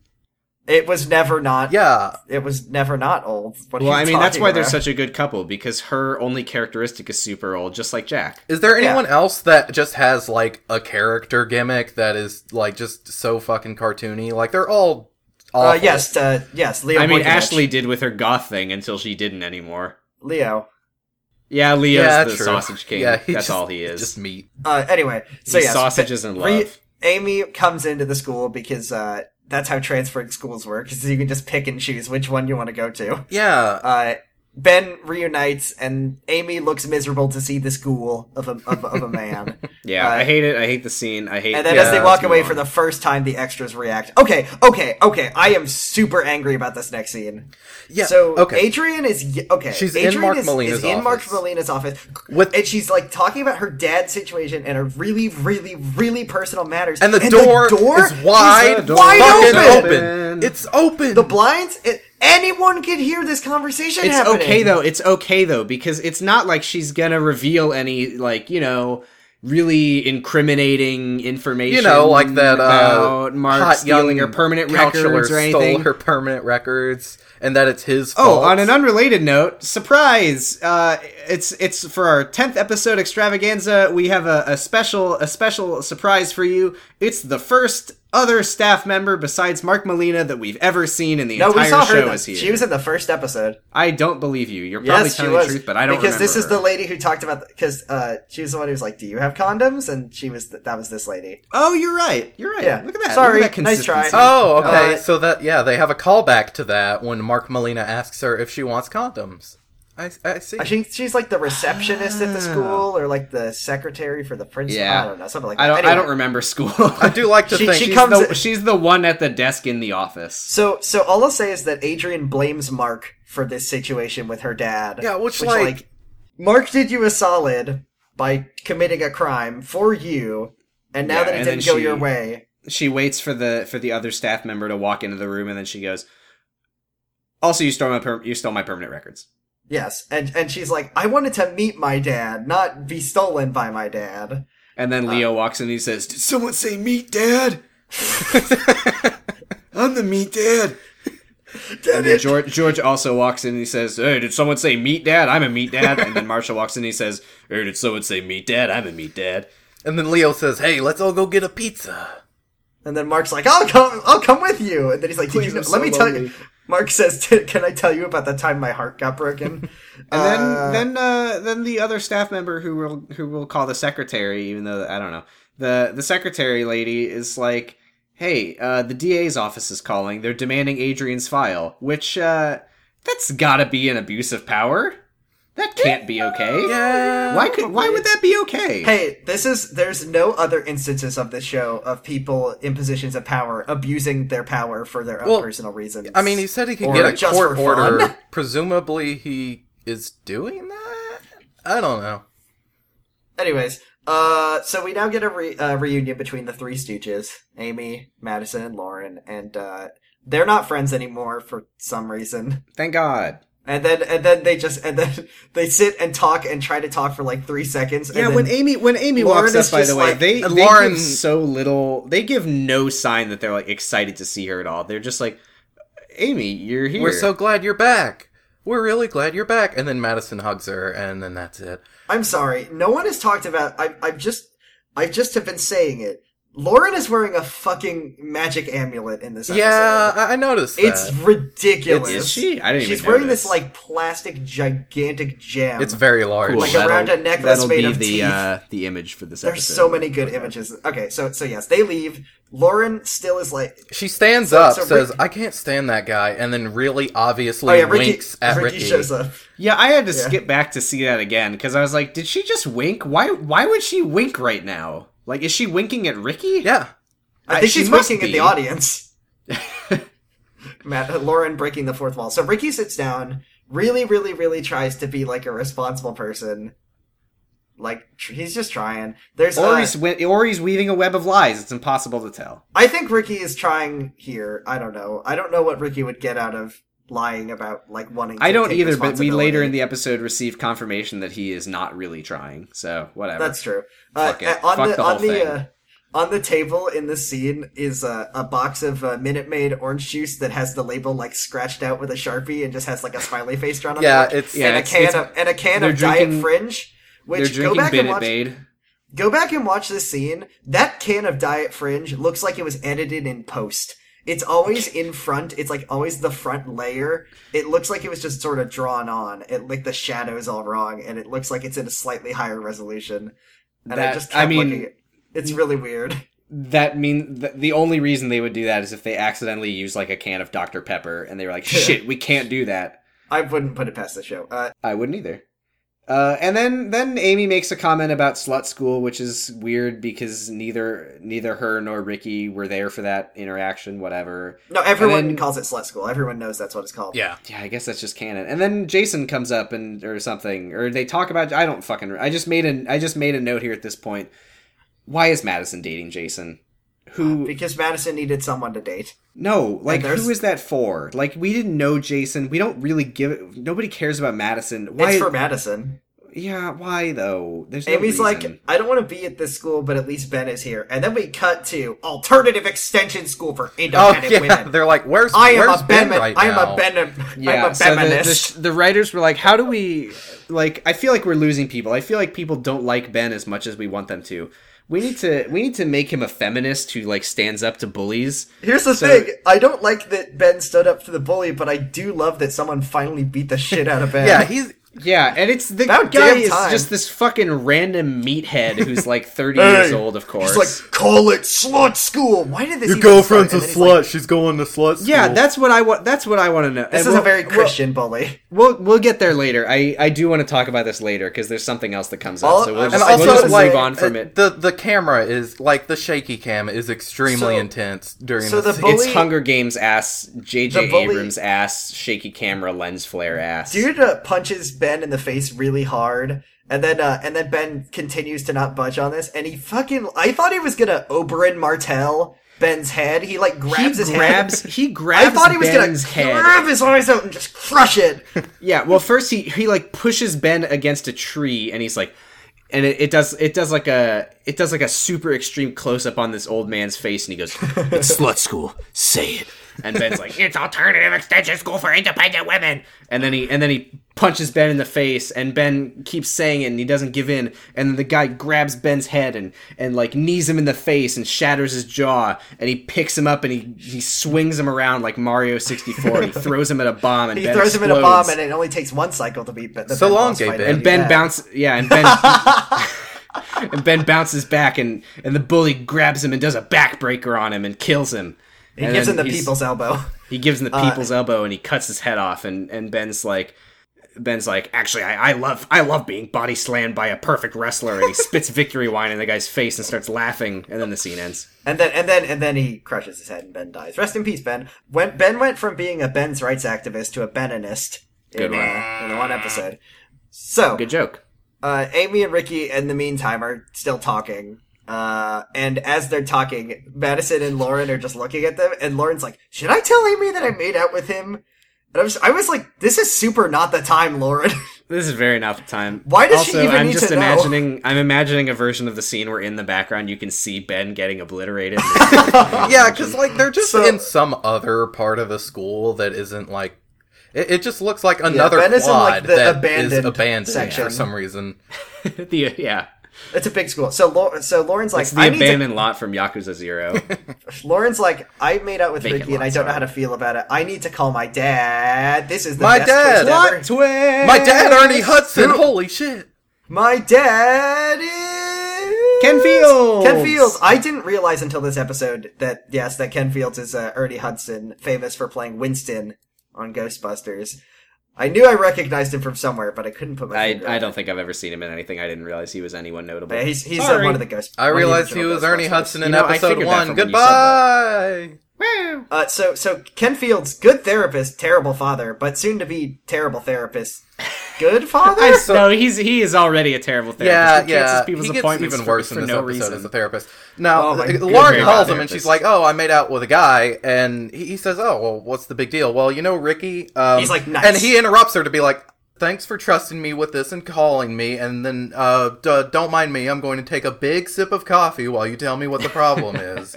It was never not.
yeah,
It was never not old. What are
Well,
you
I mean, that's
talking
why
about?
they're such a good couple because her only characteristic is super old, just like Jack.
is there anyone else that just has like a character gimmick that is like just so fucking cartoony? Like they're all. Awful.
Uh, yes, uh, yes, Leo.
I mean,
Boykovich.
Ashley did with her goth thing until she didn't anymore.
Leo.
Yeah, Leo's
yeah,
the
true.
sausage king.
Yeah,
that's
he just-
all he is.
Just meat.
Uh, anyway, so
He's
yes,
sausages
Ba-
and
Re-
love.
Amy comes into the school because uh, that's how transferring schools work. Is you can just pick and choose which one you want to go to.
Yeah,
Uh, ben reunites, and Amy looks miserable to see the school of a of, a- of a
[LAUGHS]
man.
yeah,
uh,
I hate it. I hate the scene. I hate.
And then
yeah,
as they
let's
walk
move
away
on.
for the first time, the extras react. Okay, okay, okay. I am super angry about this next scene.
yeah.
So
okay,
Adrian is y- okay.
She's in
Adrian
Mark
is,
Molina's
is in Mark
office.
Molina's office,
With-
and she's like talking about her dad's situation and her really, really, really personal matters.
and the, door,
door
is wide,
door
wide
fucking
open.
open.
It's open.
The blinds. It, anyone can hear this conversation.
It's
happening.
okay though. It's okay though because it's not like she's gonna reveal any like you know really incriminating information.
you know, like that uh,
about Mark
hot
stealing
young
her permanent
counselor
records or
Stole
anything.
her permanent records, and that it's his
Oh,
fault.
on an unrelated note, surprise! Uh, it's it's for our tenth episode extravaganza. We have a, a special a special surprise for you. It's the first other staff member besides Mark Molina that we've ever seen in the
No,
entire
we saw her.
show
though.
is here.
She was in the first episode.
I don't believe you. You're probably
yes, she
telling the
was.
truth, but I don't
because this
remember
is the
her.
lady who talked about because uh, she was the one who was like, "Do you have condoms?" And she was th- that was this lady.
Oh, you're right. You're right.
Yeah.
Look at that.
Sorry.
Look at that
Nice try.
consistency.
Oh, okay.
Uh,
so that yeah, they have a callback to that when Mark Molina asks her if she wants condoms. I, I see.
She, she's like the receptionist at the school, or like the secretary for the principal.
Ah. Yeah.
I don't know, something like that.
I don't. I
Anyway,
don't remember
[LAUGHS]
school.
I
[LAUGHS]
do like to
She-
think
she's,
comes
the,
in-
she's the one at the desk in the office.
So, so all I'll say is that Adrian blames Mark for this situation with her dad.
Yeah, which, like-
Mark did you a solid by committing a crime for you, and now
Yeah,
that it
and
didn't
then
go
she-
your way,
She waits for the for the other staff member to walk into the room, and then she goes. Also, you stole my per- you stole my permanent records.
yes, and and she's like, I wanted to meet my dad, not be stolen by my dad.
And then Leo walks in and he says, "Did someone say meat, Dad? [LAUGHS] I'm the meat dad." And then George, George also walks in and he says, "Hey, did someone say meat, Dad? I'm a meat dad." And then Marshall walks in and he says, "Hey, did someone say meat, Dad? I'm a meat dad."
And then Leo says, "Hey, let's all go get a pizza."
And then Mark's like, I'll come, I'll come with you. And then he's like, Did you
Please,
know,
I'm so
let me tell you.
lonely.
[LAUGHS] Mark says, Can I tell you about the time my heart got broken?
[LAUGHS] And then,
Uh,
then, uh, then the other staff member who will who will call the secretary, even though I don't know the the secretary lady is like, "Hey, uh, the DA's office is calling. They're demanding Adrian's file, which uh, that's gotta be an abuse of power. That can't be okay.
Yeah.
Why could why would that be okay?
Hey, this is there's no other instances of this show of people in positions of power abusing their power for their own
Well,
personal reasons.
I mean, he said he could
Or
get a
just for
court
fun. [LAUGHS]
order. [LAUGHS] Presumably, he is doing that. I don't know.
Anyways, uh, so we now get a re- uh, reunion between the three Stooges, Amy, Madison, Lauren, and uh, they're not friends anymore for some reason.
Thank God.
And then and then they just and then [LAUGHS] they sit and talk and try to talk for like three seconds. And
Yeah,
then,
when Amy when Amy
Lauren
walks
is
up, by
just
the way,
like-
they,
and
they
Lauren-
give so little. They give no sign that they're like excited to see her at all. They're just like, Amy, you're here.
We're so glad you're back. We're really glad you're back. And then Madison hugs her, and then that's it.
I'm sorry, no one has talked about. I, I've just I've just have been saying it. Lauren is wearing a fucking magic amulet in this.
Yeah,
episode.
I, I noticed that.
it's
It's,
ridiculous.
Is she? I didn't
She's
even
wearing this
notice.
like plastic gigantic gem.
very large.
Cool.
like a round
That'll-
a necklace
that'll
made
be
of
the,
teeth.
Uh, the image for this
There's
episode.
so many good images. Okay, so so yes, they leave. Lauren still is like
She stands up,
so Rick-
says, "I can't stand that guy," and then really obviously
oh yeah, Ricky,
winks at
Ricky
Ricky.
shows up.
Yeah, I had to
Yeah.
skip back to see that again because I was like, did she just wink? Why? Why would she wink right now? Like, is she winking at Ricky?
Yeah,
I
I-
think
she
she's
must
winking at the
be.
audience. [LAUGHS] Matt, uh, Lauren breaking the fourth wall. So Ricky sits down, really, really, really tries to be like a responsible person. Like tr- he's just trying. There's,
Or
uh,
he's, wi- or he's weaving a web of lies. It's impossible to tell.
I think Ricky is trying here. I don't know. I don't know what Ricky would get out of lying about like wanting. To
I don't
take
either, but we later in
responsibility.
the episode received confirmation that he is not really trying. So whatever.
That's true. Uh,
Fuck it.
uh, On
Fuck
the,
the
on
whole
the
thing.
uh, on the table in this scene is a, a box of uh, Minute Maid orange juice that has the label like scratched out with a sharpie and just has like a smiley face drawn on
Yeah,
it.
it's-
and
yeah,
a
it's-
can
it's-
of and a can
they're
of Diet
drinking-
Fringe.
They're
Which go
drinking
back and
Bennett
watch.
Bade.
Go back and watch this scene. That can of Diet Fringe looks like it was edited in post. It's always in front. It's like always the front layer. It looks like it was just sort of drawn on. It like the shadows all wrong, and it looks like it's in a slightly higher resolution. And I
That-
just kept
I mean-
looking. At, it's really weird.
That mean th- the only reason they would do that is if they accidentally used like a can of Dr Pepper, and they were
[LAUGHS]
like, "Shit, we can't do that."
I wouldn't put it past the show. Uh,
I wouldn't either. Uh, and then then Amy makes a comment about slut school, which is weird because neither neither her nor Ricky were there for that interaction. Whatever.
no, everyone
then-
calls it slut school. Everyone knows that's what it's called.
yeah.
Yeah, I guess that's just canon. And then Jason comes up and or something, or they talk about. I don't fucking. I just made an. I just made a note here at this point. Why is Madison dating Jason? Who?
because Madison needed someone to date.
No, like
Uh, there's-
who is that for? Like we didn't know Jason. We don't really give. it Nobody cares about Madison. Why?
It's for Madison.
yeah, why though? There's no
Amy's
reason.
like, I don't want to be at this school, but at least Ben is here. And then we cut to alternative extension school for
Oh
independent
yeah,
[LAUGHS]
women.
they're like, "Where's
I am
where's
a
Ben
Ben.
right
I am
now?"
a Ben.
yeah,
I'm a
so the- the,
feminist.
sh- the writers were like, how do we like I feel like we're losing people. I feel like people don't like Ben as much as we want them to. We need to we need to make him a feminist who like stands up to bullies.
Here's the
So-
thing. I don't like that Ben stood up to the bully, but I do love that someone finally beat the
[LAUGHS]
shit out of Ben.
Yeah, he's
Yeah, and it's the
About
guy
damn
is
time.
just this fucking random meathead who's
[LAUGHS]
like 30
Hey,
years old, of course.
He's like, call it slut school. Why did this?
your
even start?
girlfriend's a
And then he's
slut.
like,
She's going to slut. School.
yeah, that's what I want. That's what I want to know.
this
And
is
we'll-
a very
we'll-
Christian bully.
We'll, we'll get there later. I, I do want to talk about this later because there's something else that comes
All-
up. So we'll
and
just,
also,
we'll just
like,
move on from
uh,
it.
The the camera is like the shaky cam is extremely
So-
intense during
so
the,
the
scene.
bully-
it's Hunger Games ass,
The
J.J.
bully-
Abrams ass, shaky camera lens flare ass.
Dude uh, punches Ben in the face really hard, and then uh, and then Ben continues to not budge on this, and he fucking. I thought he was gonna Oberyn Martell Ben's head. He like grabs
he
his
grabs
head.
he grabs
[LAUGHS] I thought he was
Ben's
gonna
head.
grab his eyes out and just
[LAUGHS]
crush it.
Yeah, well, first he he like pushes Ben against a tree, and he's like, and it, it does it does like a it does like a super extreme close up on this old man's face, and he goes,
[LAUGHS]
"It's slut school, say it." And Ben's like, "It's alternative extension school for independent women." And then he and then he punches Ben in the face, and Ben keeps saying it, and he doesn't give in. And then the guy grabs Ben's head and and like knees him in the face and shatters his jaw, and he picks him up and he he swings him around like Mario sixty four,
[LAUGHS]
and he throws him at a bomb, and
He
Ben
throws him in a bomb,
explodes.
and it only takes one cycle to beat. But the
So
Ben
long,
boss
gay
fight
Ben.
to
and
do
Ben
that.
bounces. Yeah, and Ben [LAUGHS] and Ben bounces back, and and the bully grabs him and does a backbreaker on him and kills him.
He gives him the
[LAUGHS]
people's uh, elbow.
He gives him the people's elbow, and he cuts his head off. And and Ben's like. Ben's like, actually, I, I love, I love being body slammed by a perfect wrestler,
[LAUGHS]
and he spits victory wine in the guy's face and starts laughing, and then the scene ends.
And then and then and then he crushes his head and Ben dies. Rest in peace, Ben. When Ben went from being a Ben's rights activist to a Beninist
Good
in,
one.
uh, in one episode. So
Good joke.
uh, Amy and Ricky in the meantime are still talking. Uh, and as they're talking, Madison and Lauren are just looking at them, and Lauren's like, "Should I tell Amy that I made out with him?" And I was, I was like, "This is super not the time, Lauren." [LAUGHS]
This is very enough time.
Why does she
also,
even
I'm
need
just
to know?
imagining. I'm imagining a version of the scene where in the background you can see Ben getting obliterated. [LAUGHS]
yeah, because like they're just
So-
in some other part of the school that isn't like. It, it just looks like another
Ben
quad
is in, like, the
that is
abandoned
abandoned
section.
for some reason.
the yeah,
it's a big school, so Lau- so Lauren's like,
it's the
"I need to
abandoned lot from
[LAUGHS]
Yakuza Zero.
Lauren's like, I made out with
Vacant
Ricky and I
lot,
don't know
sorry.
how to feel about it. I need to call my dad. This is the
My
best
dad!
twist ever.
What? My dad, Ernie Hudson.
Who-
Holy shit!
My dad is
Ken Fields.
Ken Fields. I didn't realize until this episode that yes, that Ken Fields is uh, Ernie Hudson, famous for playing Winston on Ghostbusters. I knew I recognized him from somewhere, but I couldn't put my
I,
finger on
I
it.
don't think I've ever seen him in anything. I didn't realize he was anyone notable.
Yeah, he's he's uh,
Sorry.
one of the ghosts.
I realized he was Ernie Hudson in
You know, I
episode
figured
one.
that from when you said
Goodbye.
Wow.
Uh, so so Ken Fields, good therapist, terrible father, but soon to be terrible therapist,
[LAUGHS]
good father.
no, he's he is already a terrible
Yeah,
therapist. He cancels
yeah.
people's
he gets
appointments
even
for,
worse
for
in this
no
episode
reason.
as a therapist. Now,
Oh my
uh,
good
Lauren
God.
calls him and
Therapist.
she's like, "Oh, I made out with a guy," and he, he says, "Oh, well, what's the big deal?" Well, you know, Ricky. Um,
He's like, "Nice."
and he interrupts her to be like, "Thanks for trusting me with this and calling me." And then, uh, d- don't mind me. I'm going to take a big sip of coffee while you tell me what the problem [LAUGHS] is.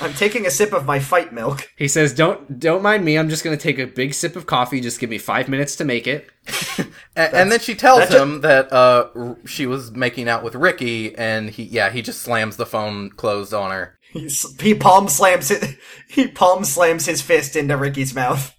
I'm taking a sip of my fight milk.
He says, "Don't don't mind me. I'm just gonna take a big sip of coffee. Just give me five minutes to make it."
A- And, then she tells
that's a-
him that uh, r- she was making out with Ricky, and he, yeah, he just slams the phone closed on her.
He, s- he palm slams it. He palm slams his fist into Ricky's mouth.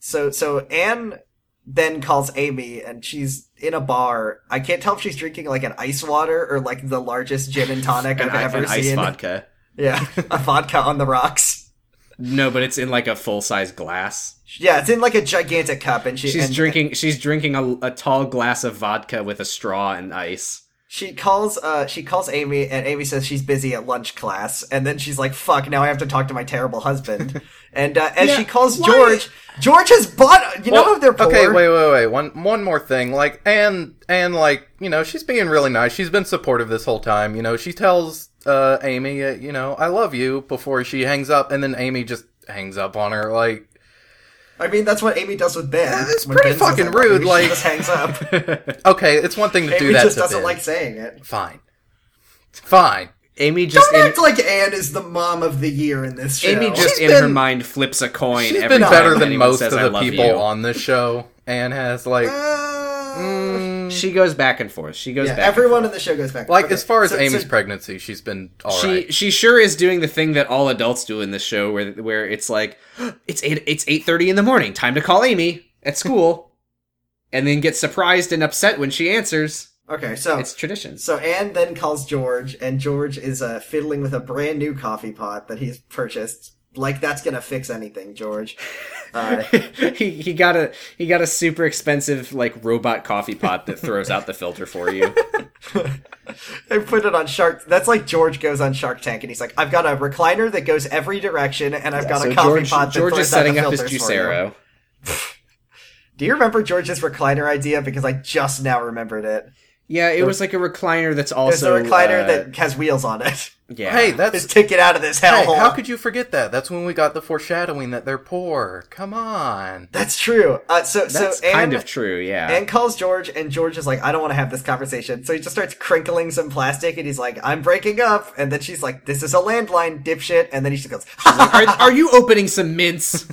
So so Anne then calls Amy and she's in a bar. I can't tell if she's drinking like an ice water or like the largest gin and tonic
An,
I've ever
an ice
seen.
vodka.
[LAUGHS] Yeah, a vodka on the rocks.
No, but it's in like a full size glass.
Yeah, it's in like a gigantic cup, and she
She's
and-
drinking. She's drinking a, a tall glass of vodka with a straw and ice.
She calls uh she calls Amy and Amy says she's busy at lunch class and then she's like fuck now I have to talk to my terrible
[LAUGHS]
husband and uh, as
Yeah,
she calls
why-
George George has bought you know
Well,
how they're poor
Okay, wait, wait, wait. One one more thing. Like Anne Anne like, you know, she's being really nice. She's been supportive this whole time. You know, she tells uh Amy, uh, you know, I love you before she hangs up and then Amy just hangs up on her like
I mean that's what Amy does with Ben
that's
When
pretty
Ben says,
fucking
"I love you,"
rude,
she
like-
just hangs up
okay, it's one thing to do
Amy
that
just
to
doesn't
Ben.
like saying it
fine. Fine.
Amy just
Don't
in,
act like Anne is the mom of the year in this show
Amy [LAUGHS] just
She's
in her
been-
mind flips a coin.
She's
every
been
time
better than
anyone
most
says,
of
"I
the
love
people
you."
on this show. Anne has like
Uh,
she goes back and forth. She goes
Yeah,
back. and
everyone in the show goes back.
Like
Okay,
as far as
so- so-
Amy's pregnancy, she's been all right.
she she sure is doing the thing that all adults do in this show where where it's like [GASPS] it's 8 it's 8:30 in the morning time to call Amy at school [LAUGHS] and then get surprised and upset when she answers
Okay, so
it's
[LAUGHS]
traditions
So Anne then calls George, and George is uh, fiddling with a brand new coffee pot that he's purchased. Like that's gonna fix anything, George. [LAUGHS] Uh,
he he got a he got a super expensive like robot coffee pot that throws out the filter for you
they put it on Shark. That's like George goes on Shark Tank, and he's like, "I've got a recliner that goes every direction, and I've [LAUGHS] got
so
a coffee
George
pot." That
George
throws
is setting
out the
up his
filters for you."
juicero
Do you remember George's recliner idea? Because I just now remembered it.
yeah it was like a recliner that's
There's
also
a recliner
uh,
that has wheels on it. [LAUGHS]
yeah
Hey,
Just
that's
take it out of this
[LAUGHS] hey,
hellhole.
how could you forget that? That's when we got the foreshadowing that they're poor. Come on.
That's true. Uh, so
that's
so Anne
kind of true yeah
and calls George, and George is like, I don't want to have this conversation. So he just starts crinkling some plastic, and he's like, I'm breaking up. And then she's like, This is a landline, dipshit. And then he just goes, [LAUGHS]
are, are you opening some mints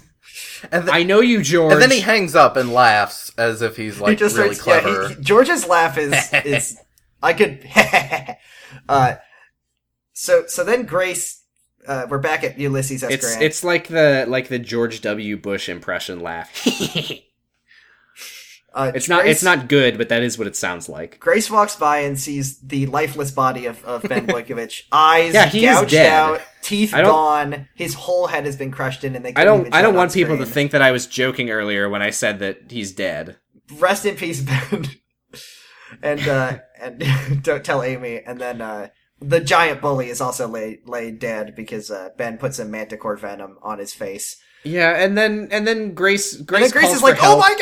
And, th-
I know you George
and then he hangs up and laughs as if he's
He
like
just
really
starts.
clever.
Yeah, he- he- George's laugh is is I could. [LAUGHS] uh, so so then Grace, uh, we're back at Ulysses S.
It's
Grant.
it's like the like the George W. Bush impression
[LAUGHS]
laugh. it's
uh,
not
Grace-
it's not good, but that is what it sounds like.
Grace walks by and sees the lifeless body of, of
[LAUGHS]
Ben Boykovich. Eyes
Yeah, he is
gouged
dead.
out, teeth
I don't-
gone, his whole head has been crushed in, and they
I
couldn't
don't
even
I
show
don't
it on
want people to
screen.
think that I was joking earlier when I said that he's dead.
rest in peace, [LAUGHS] Ben. and uh, and [LAUGHS] don't tell Amy. And then uh, the giant bully is also laid laid dead because uh, Ben put some manticore venom on his face.
Yeah, and then and then Grace
And
Grace,
then Grace
calls
is like,
for help.
"Oh my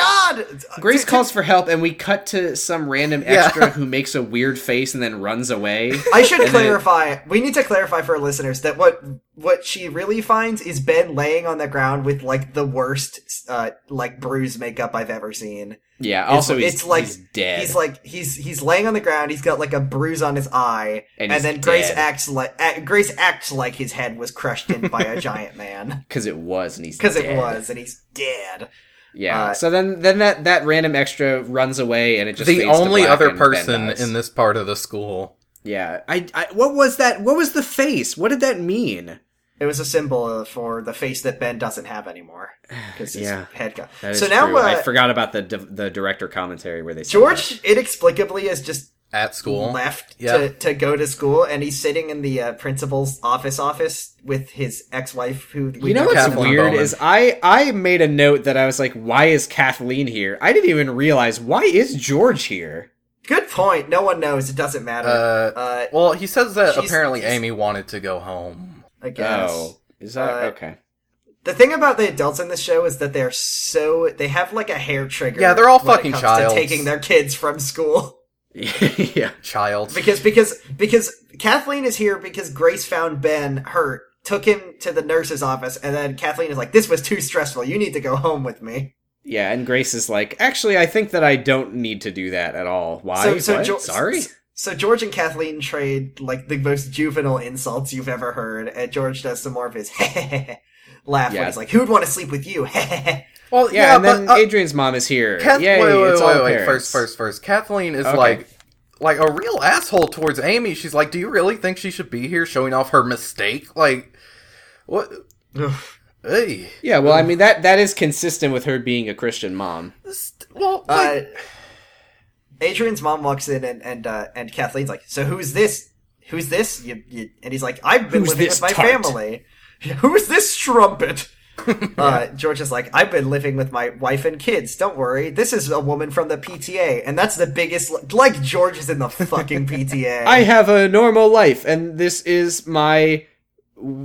god!"
Grace calls for help, and we cut to some random
Yeah.
extra who makes a weird face and then runs away.
[LAUGHS]
[LAUGHS]
I should
And then-
clarify. We need to clarify for our listeners that what what she really finds is Ben laying on the ground with like the worst uh like bruise makeup I've ever seen.
Yeah, also
It's-
he's,
it's like-
he's dead.
He's like he's he's laying on the ground. He's got like a bruise on his eye,
And
and,
he's
then Grace
dead.
acts like act, Grace acts like his head was crushed in by a
[LAUGHS]
giant man
because it was, and he's
because it
dead.
was, and he's dead.
Yeah.
Uh,
so then, then that that random extra runs away, and it just
the
fades to
only
black
other
and Ben
person
dies.
in this part of the school.
Yeah, I, I. What was that? What was the face? What did that mean?
It was a symbol for the face that Ben doesn't have anymore because
[SIGHS]
his
Yeah.
head got.
That is
So now
true. I
uh,
forgot about the di- the director commentary where they said
George inexplicably is just
At school.
left
Yeah.
to, to go to school, and he's sitting in the uh, principal's office office with his ex wife, who
that.
we
You know
don't
what's
know.
Kathleen
weird
Bowman.
is I I made a note that I was like, why is Kathleen here? I didn't even realize why is George here.
Good point. No one knows. It doesn't matter.
Uh,
Uh,
well, he says that
she's-
apparently
she's-
Amy wanted to go home.
I guess.
Oh, is that
Uh,
okay?
The thing about the adults in this show is that they're so they have like a hair trigger.
Yeah, they're all
when it
fucking
comes
childs.
To taking their kids from school
[LAUGHS]
[LAUGHS]
yeah.
Child.
because because because Kathleen is here because Grace found Ben hurt, took him to the nurse's office, and then Kathleen is like, "This was too stressful. You need to go home with me."
Yeah, and Grace is like, actually, I think that I don't need to do that at all. Why? What?
Geor-
Sorry.
So George and Kathleen trade like the most juvenile insults you've ever heard, and George does some more of his [LAUGHS] laugh when
Yeah.
he's like, "Who'd want to sleep with you?" [LAUGHS] Uh,
Well,
Yeah, and then Adrian's mom is here.
Kath-
Yay,
uh, wait, wait,
it's
wait,
all
wait,
parents.
First, first, first. Kathleen is
Okay.
like, like a real asshole towards Amy. She's like, "Do you really think she should be here, showing off her mistake? Like, what?
[SIGHS] Ugh.
Hey,
Yeah, well, I mean that that is consistent with her being a Christian mom.
this- well,
Uh,
like,
Adrian's mom walks in and and uh, and Kathleen's like, "So who's this? Who's this?" You, you, and he's like, "I've been
Who's
living
this
with my
tart?"
family." [LAUGHS] Who's
[LAUGHS]
this trumpet? uh, George is like, "I've been living with my wife and kids. Don't worry, this is a woman from the PTA, and that's the biggest li- like George is in the fucking
[LAUGHS]
PTA."
I have a normal life, and this is my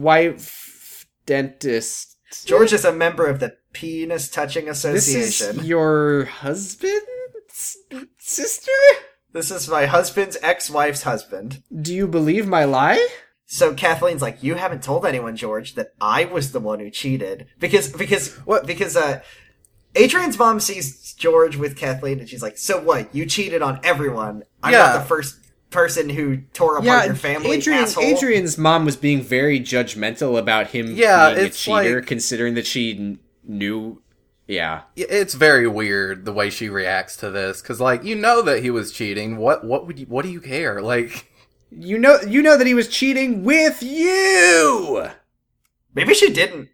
wife dentist.
George is a member of the Penis Touching
This
Association.
is your husband's sister.
my husband's ex-wife's husband.
Do you believe my lie?
So Kathleen's like, "You haven't told anyone, George, that I was the one who cheated because because
What?
because uh." Adrian's mom sees George with Kathleen, and she's like, "So what? You cheated on everyone. I'm
Yeah.
not the first person who tore apart your family,
Adrian-
asshole."
Adrian's mom was being very judgmental about him
Yeah,
being a
it's
cheater,
like-
considering that she kn- knew Yeah.
it's very weird the way she reacts to this because like you know that he was cheating what what would you what do you care [LAUGHS] like
You know you know that he was cheating with you.
Maybe she didn't.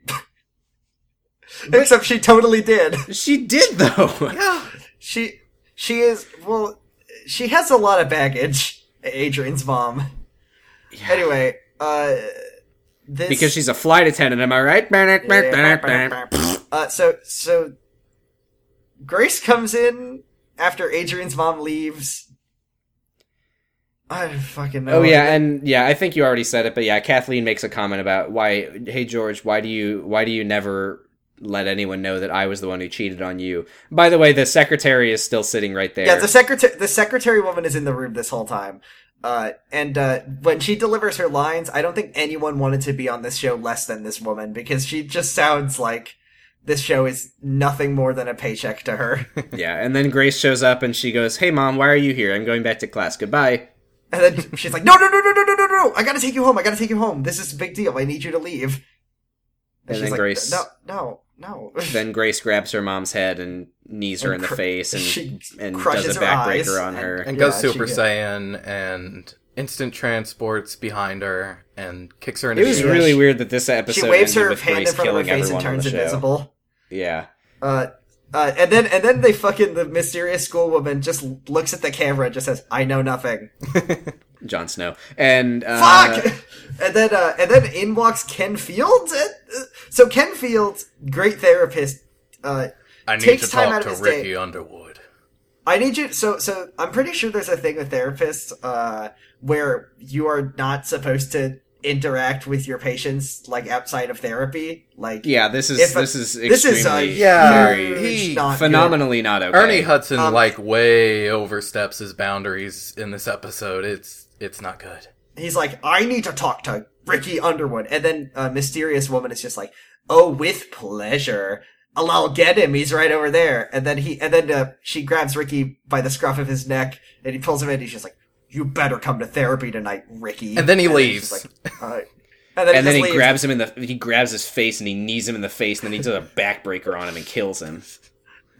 Except she totally did.
She did though.
yeah
[SIGHS] She she is well. She has a lot of baggage. Adrian's mom. [LAUGHS] Anyway, uh, this
Because she's a flight attendant, am I right?
[LAUGHS] Uh, so so Grace comes in after Adrian's mom leaves. I don't fucking know.
Oh yeah, and yeah, I think you already said it, but yeah, Kathleen makes a comment about why hey George, why do you why do you never let anyone know that I was the one who cheated on you? By the way, the secretary is still sitting right there.
Yeah, the secretary the secretary woman is in the room this whole time. Uh, and uh, when she delivers her lines, I don't think anyone wanted to be on this show less than this woman because she just sounds like this show is nothing more than a paycheck to her. [LAUGHS] and
yeah, and then Grace shows up and she goes, "Hey mom, why are you here? I'm going back to class. Goodbye."
then she's like, "No, no, no, no, no, no, no, no! I gotta take you home. I gotta take you home. This is a big deal. I need you to leave."
And
she's
then
like,
Grace-
"No, no, no."
Then Grace grabs her mom's head and knees her in the
cr-
face and
[LAUGHS] she
and
crushes
does a
her eyes
backbreaker on her.
and
Yeah,
goes super
she did.
saiyan and instant transports behind her and kicks her in
it
the
was
Yeah,
really
she-
weird that this episode
she waves
ended
her
with
hand
Grace
in front of her
killing
face and
everyone on
turns
the show.
invisible.
Yeah.
Uh, uh, and then and then they fucking the mysterious schoolwoman just looks at the camera and just says, "I know nothing."
Jon Snow. And uh,
Fuck. [LAUGHS] and then uh, and then in walks Ken Fields. Uh, uh, So Ken Fields, great therapist. Uh,
i need
takes
to
time out
talk
of
to
his
ricky
day.
underwood
I need you. So so I'm pretty sure there's a thing with therapists uh, where you are not supposed to interact with your patients like outside of therapy. Like
Yeah, this is
If a-
uh, this is
this
extremely
is a
Yeah.
very
He-
huge, not good-
phenomenally not okay.
ernie hudson
Um,
like way oversteps his boundaries in this episode it's it's not good
he's like, I need to talk to Ricky Underwood. And then a mysterious woman is just like, oh, with pleasure. I'll, I'll get him. He's right over there. And then he, and then uh, she grabs Ricky by the scruff of his neck and he pulls him in. He's just like, you better come to therapy tonight, Ricky.
And then he
he's
leaves.
just like, "Uh," and then,
and then
he
he
just leaves.
grabs him in the he grabs his face and he knees him in the face and then he does a backbreaker on him and kills him.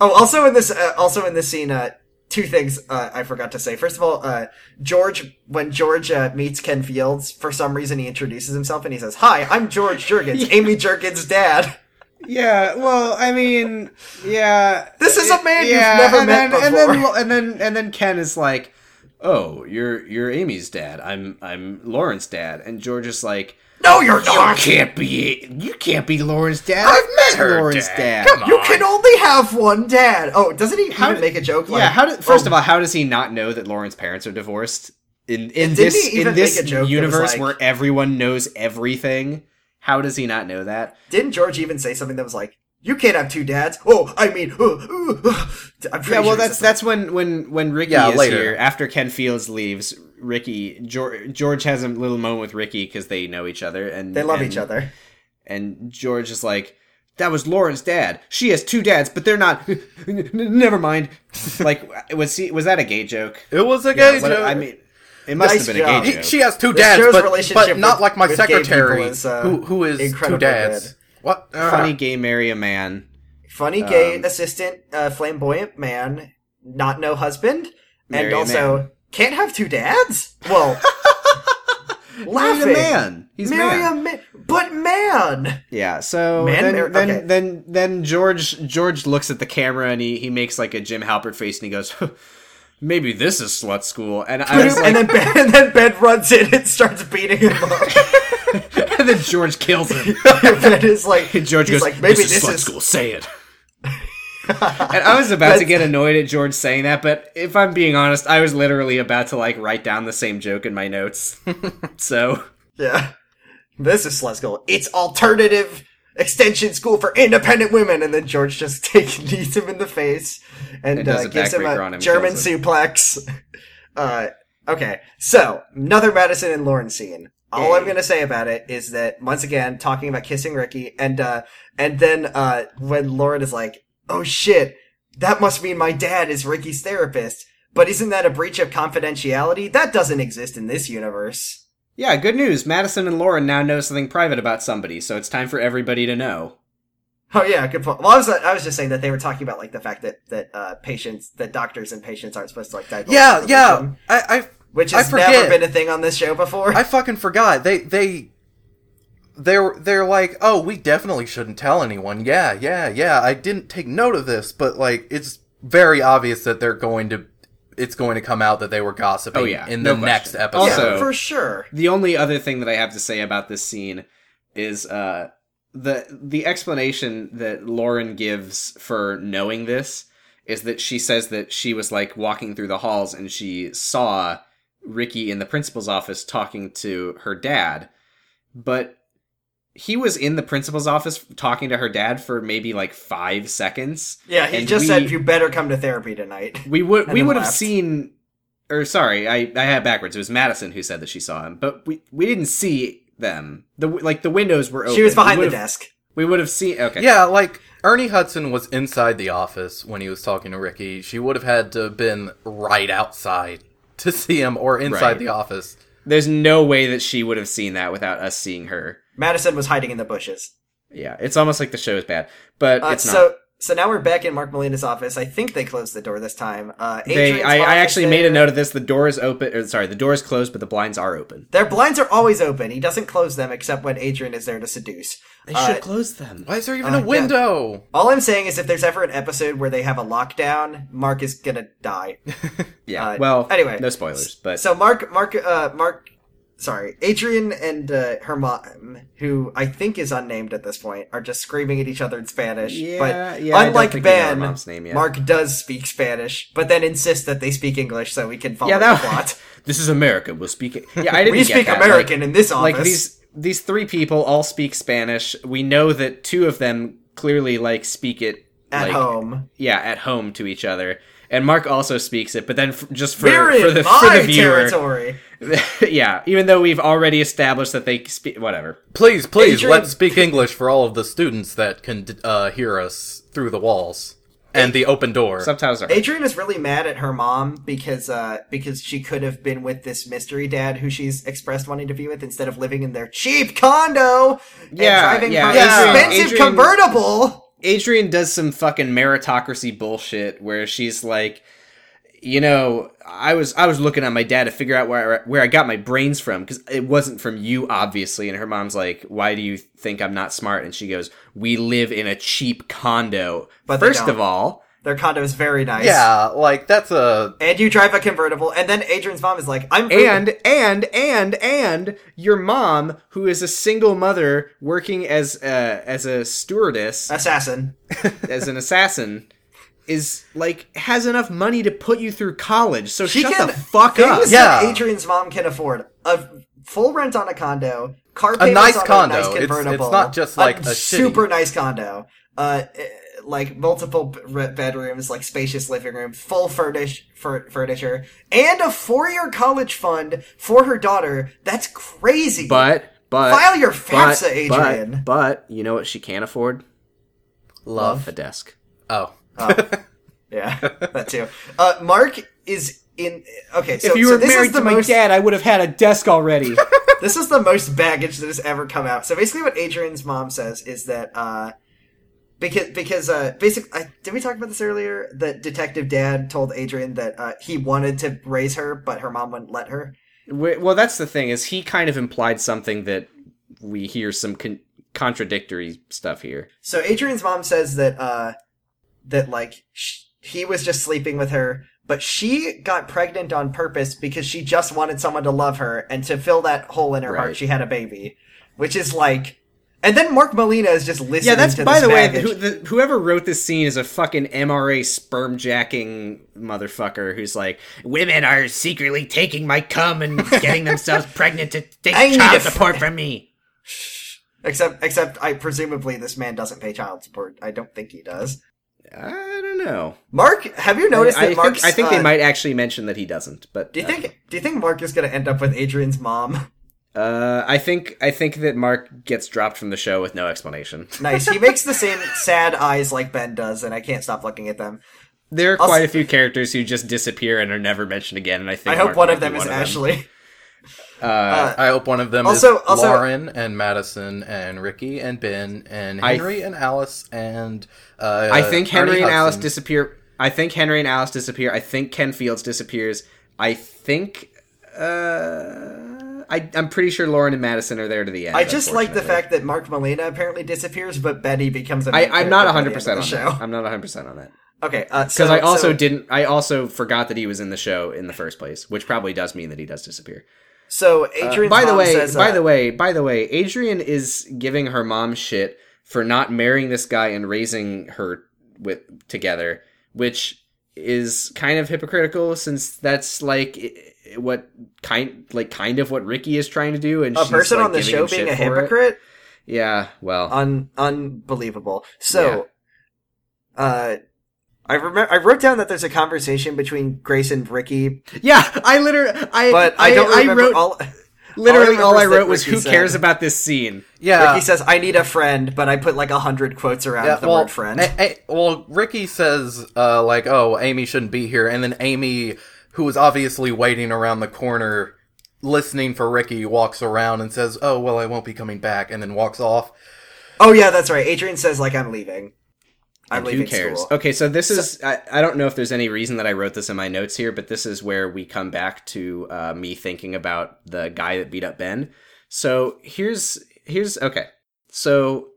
Oh, also in this, uh, also in this scene, uh, two things uh, I forgot to say. First of all, uh, George, when George uh, meets Ken Fields, for some reason he introduces himself and he says, "Hi, I'm George Jurgens,
[LAUGHS]
Amy Jurgens' dad."
Yeah, well, I mean, yeah,
This is a man you've never met before.
and then and then Ken is like, "Oh, you're you're Amy's dad. I'm I'm Lauren's dad." And George is like,
No, you're
"You
not. You,
can't be you can't be Lauren's dad.
I've met her
Lauren's dad.
dad. Come on.
can only have one dad. Oh, doesn't he
How
even
did-
make a joke? Like,
yeah, how do, first
oh,
of all, how does he not know that Lauren's parents are divorced? In in
Didn't
this
he even
in this
make a joke that was
universe
like-
where everyone knows everything, how does he not know that?
didn't George even say something that was like, "You can't have two dads"? Oh, I mean, [LAUGHS] uh, uh, uh." I'm pretty
Yeah, well,
sure
that's
that's
that's when when when Ricky
Yeah,
is
later.
here after Ken Fields leaves. Ricky George, George has a little moment with Ricky because they know each other and
they love
and-
each other.
And George is like, "That was Lauren's dad. She has two dads, but they're not. n- [LAUGHS] Never mind." [LAUGHS] like, was he was that a gay joke?
it was a gay
What-
joke
I mean, it must
Nice
have been a
job.
gay
He-
joke.
she has two
This
dads,
show's
but,
relationship
but not
with-
like my
with gay people
secretary,
is, uh,
who who is two
incredibly
dads.
good.
What Uh, Ugh.
Funny gay marry a man. Um,
Funny gay assistant, uh, flamboyant man, not no husband, and
Marry a
also can't have two dads.
[LAUGHS]
Well,
Marry
laughing.
a man. He's
marry
man.
a man, but man.
Yeah. So
Man
then,
mar-
then,
okay.
then then George George looks at the camera and he he makes like a Jim Halpert face and he goes, [LAUGHS] "Maybe this is slut school." And I was
and
like,
then ben, [LAUGHS] and then Ben runs in and starts beating him up.
[LAUGHS]
[LAUGHS]
and then George kills him.
ben is like,
And George
he's
goes,
like, maybe
this, is slut school. Say it." and I was about to get annoyed at George saying that, but if I'm being honest, I was literally about to like write down the same joke in my notes. [LAUGHS] so
yeah, this is slut school. It's alternative extension school for independent women. And then George just [LAUGHS] takes knees him in the face and,
And does
uh,
a
gives him
backbreaker
a
on him,
German
kills
suplex. [LAUGHS] Uh, okay, so another Madison and Lauren scene. All I'm gonna say about it is that once again, talking about kissing Ricky, and uh, and then uh, when Lauren is like, "Oh shit, that must mean my dad is Ricky's therapist," but isn't that a breach of confidentiality? That doesn't exist in this universe.
yeah, good news. Madison and Lauren now know something private about somebody, so it's time for everybody to know.
Oh yeah, good point. Well, I was I was just saying that they were talking about like the fact that that uh, patients, that doctors and patients aren't supposed to like divulge
Yeah, yeah.
information,
I, I
which
I
has never
forget.
been a thing on this show before.
I fucking forgot. They they they're they're like, oh, we definitely shouldn't tell anyone. Yeah, yeah, yeah. I didn't take note of this, but like, it's very obvious that they're going to. It's going to come out that they were gossiping
Oh, yeah.
in
No
the
question.
next episode.
yeah,
[LAUGHS] also-
for sure.
The only other thing that I have to say about this scene is uh, the the explanation that Lauren gives for knowing this is that she says that she was like walking through the halls and she saw Ricky in the principal's office talking to her dad, but he was in the principal's office talking to her dad for maybe like five seconds.
Yeah, he
And
just
we-
said you better come to
[LAUGHS]
therapy tonight.
We would
And
we
then
would have
left.
seen or sorry, I I had it backwards. It was Madison who said that she saw him, but we we didn't see them. The w- like the windows were open.
She was behind
Oh, we
the
would've-
desk.
We would have seen okay.
Yeah, like Ernie Hudson was inside the office when he was talking to Ricky. She would have had to have been right outside to see him or inside
Right.
the office.
There's no way that she would have seen that without us seeing her.
Madison was hiding in the bushes.
Yeah, it's almost like the show is bad, but
Uh,
it's not.
so so now we're back in Mark Molina's office. I think they closed the door this time. Uh,
They,
Adrian's
I, I
office
actually made a
there.
note of this. The door is open. Or sorry, the door is closed, but the blinds are open.
Their blinds are always open. He doesn't close them except when Adrian is there to seduce.
They
Uh,
should close them.
Why is there even
Uh,
a
yeah.
window?
All I'm saying is if there's ever an episode where they have a lockdown, Mark is gonna
[LAUGHS]
die.
Yeah.
uh,
well,
anyway.
no spoilers, but
So Mark, Mark, uh, Mark, sorry, Adrian and uh, her mom, who I think is unnamed at this point, are just screaming at each other in Spanish.
Yeah,
but
yeah, I don't
unlike
think we know her
Ben,
mom's name yet.
Mark does speak Spanish, but then insists that they speak English so we can follow
yeah, that
the plot.
this is America. We'll speak it. Yeah, [LAUGHS]
[LAUGHS]
I didn't.
We
get
speak
that, like-
American in this office.
like these these three people all speak Spanish. We know that two of them clearly like speak it
at
like,
home.
Yeah, at home to each other. And Mark also speaks it, but then f- just for,
We're
for
in
the for
my
the viewer,
territory.
[LAUGHS] yeah. Even though we've already established that they speak whatever.
Please, please,
Adrian-
let's speak English for all of the students that can uh, hear us through the walls and the open door.
Subtitles are
Adrian is really mad at her mom because uh because she could have been with this mystery dad who she's expressed wanting to be with instead of living in their cheap condo
Yeah,
and driving
yeah,
her
Adrian-
expensive
Adrian-
convertible.
Adrian does some fucking meritocracy bullshit where she's like, you know, I was I was looking at my dad to figure out where I, where I got my brains from because it wasn't from you, obviously. And her mom's like, "Why do you think I'm not smart?" And she goes, "We live in a cheap condo.
But they
1st
don't.
of all,
Their condo is very nice.
yeah, like that's a
And you drive a convertible, and then Adrian's mom is like, I'm free.
and and and and your mom, who is a single mother working as a, as a stewardess,
assassin.
as an assassin is like has enough money to put you through college. So
She
shut
can
the fuck up.
Things
Yeah.
that Adrian's mom can afford. A full rent on a condo, car
A
payments
nice
on
condo.
a nice
It's- it's
convertible.
not just like a shitty-
super nice condo. Uh, eh, like multiple b- re- bedrooms, like spacious living room, full furnish fur- furniture, and a four-year college fund for her daughter. That's crazy.
But but
File your
but,
FAFSA,
but-
Adrian.
But, you know what she can't afford?
love.
A desk.
Oh,
yeah, that too. Uh, Mark is in. Okay, so
if you
so
were
this is
married
the
to my
most-
dad, I would have had a desk
[LAUGHS]
already.
this is the most baggage that has ever come out. So basically, what Adrian's mom says is that uh, because because uh, basic I, did we talk about this earlier? That Detective Dad told Adrian that uh, he wanted to raise her, but her mom wouldn't let her.
Wh- well, that's the thing is he kind of implied something that we hear some con- contradictory stuff here.
So Adrian's mom says that uh, that like sh- he was just sleeping with her, but she got pregnant on purpose because she just wanted someone to love her, and to fill that hole in her
Right.
heart, she had a baby, which is like. And then Mark Molina is just listening.
Yeah, that's
to
by
this
the way.
baggage.
Who, the, whoever wrote this scene is a fucking MRA sperm jacking motherfucker who's like, women are secretly taking my cum
[LAUGHS]
and getting themselves pregnant to take
I need a
child
f-
support from me.
Except, except, I presumably this man doesn't pay child support. I don't think he does.
I don't know.
Mark, have you noticed
I,
that
think,
Mark's?
I think
uh,
they might actually mention that he doesn't. But
Do you
uh,
think? Do you think Mark is going to end up with Adrian's mom? [LAUGHS]
Uh, I think I think that Mark gets dropped from the show with no explanation.
nice. He makes
[LAUGHS]
the same sad eyes like Ben does, and I can't stop looking at them.
There are
I'll
quite
s-
a few characters who just disappear and are never mentioned again. And I think
I hope
Mark
one
might
of them
be
is
one
Ashley.
Uh,
Uh,
I hope one of them
Also-
is
also-
Lauren and Madison and Ricky and Ben and
I-
Henry and Alice and uh,
I think Henry
Ernie
and Alice
Hudson.
disappear. I think Henry and Alice disappear. I think Ken Fields disappears. I think. Uh, I, I'm pretty sure Lauren and Madison are there to the end.
I just like the
unfortunately.
fact that Mark Molina apparently disappears, but Betty becomes a.
I,
main
I'm not
character by the end
100
of
percent
the
on
show.
that. I'm not 100 percent on that
Okay,
[LAUGHS]
uh,
because I also
so,
didn't. I also forgot that he was in the show in the first place, which probably does mean that he does disappear.
so Adrian's
Uh, by the
mom
way,
says,
by
uh,
the way, by the way, Adrian is giving her mom shit for not marrying this guy and raising her with together, which is kind of hypocritical since that's like i- i- what kind like kind of what Ricky is trying to do, and
a
she's,
person
like,
on the
giving
show
him shit
being a
for it.
hypocrite, Uh,
Yeah, well,
un unbelievable. So, uh, I remember I wrote down that there's a conversation between Grace and Ricky,
yeah. I literally, I,
but I, don't
I,
remember
wrote [LAUGHS]
all.
literally
all I
all I
remember is that
wrote was
Ricky
who
said-
cares about this scene.
yeah.
Ricky says, "I need a friend," but I put like a hundred quotes around the word friend.
eh, eh, well, Ricky says, uh, like, oh, Amy shouldn't be here. And then Amy, who was obviously waiting around the corner listening for Ricky, walks around and says, oh, well, I won't be coming back. And then walks off.
oh yeah, that's right. Adrian says, "Like I'm leaving." I'm
And
leaving
who cares?
school.
Okay, so this is I, I don't know if there's any reason that I wrote this in my notes here, but this is where we come back to uh, me thinking about the guy that beat up Ben. So here's here's okay. So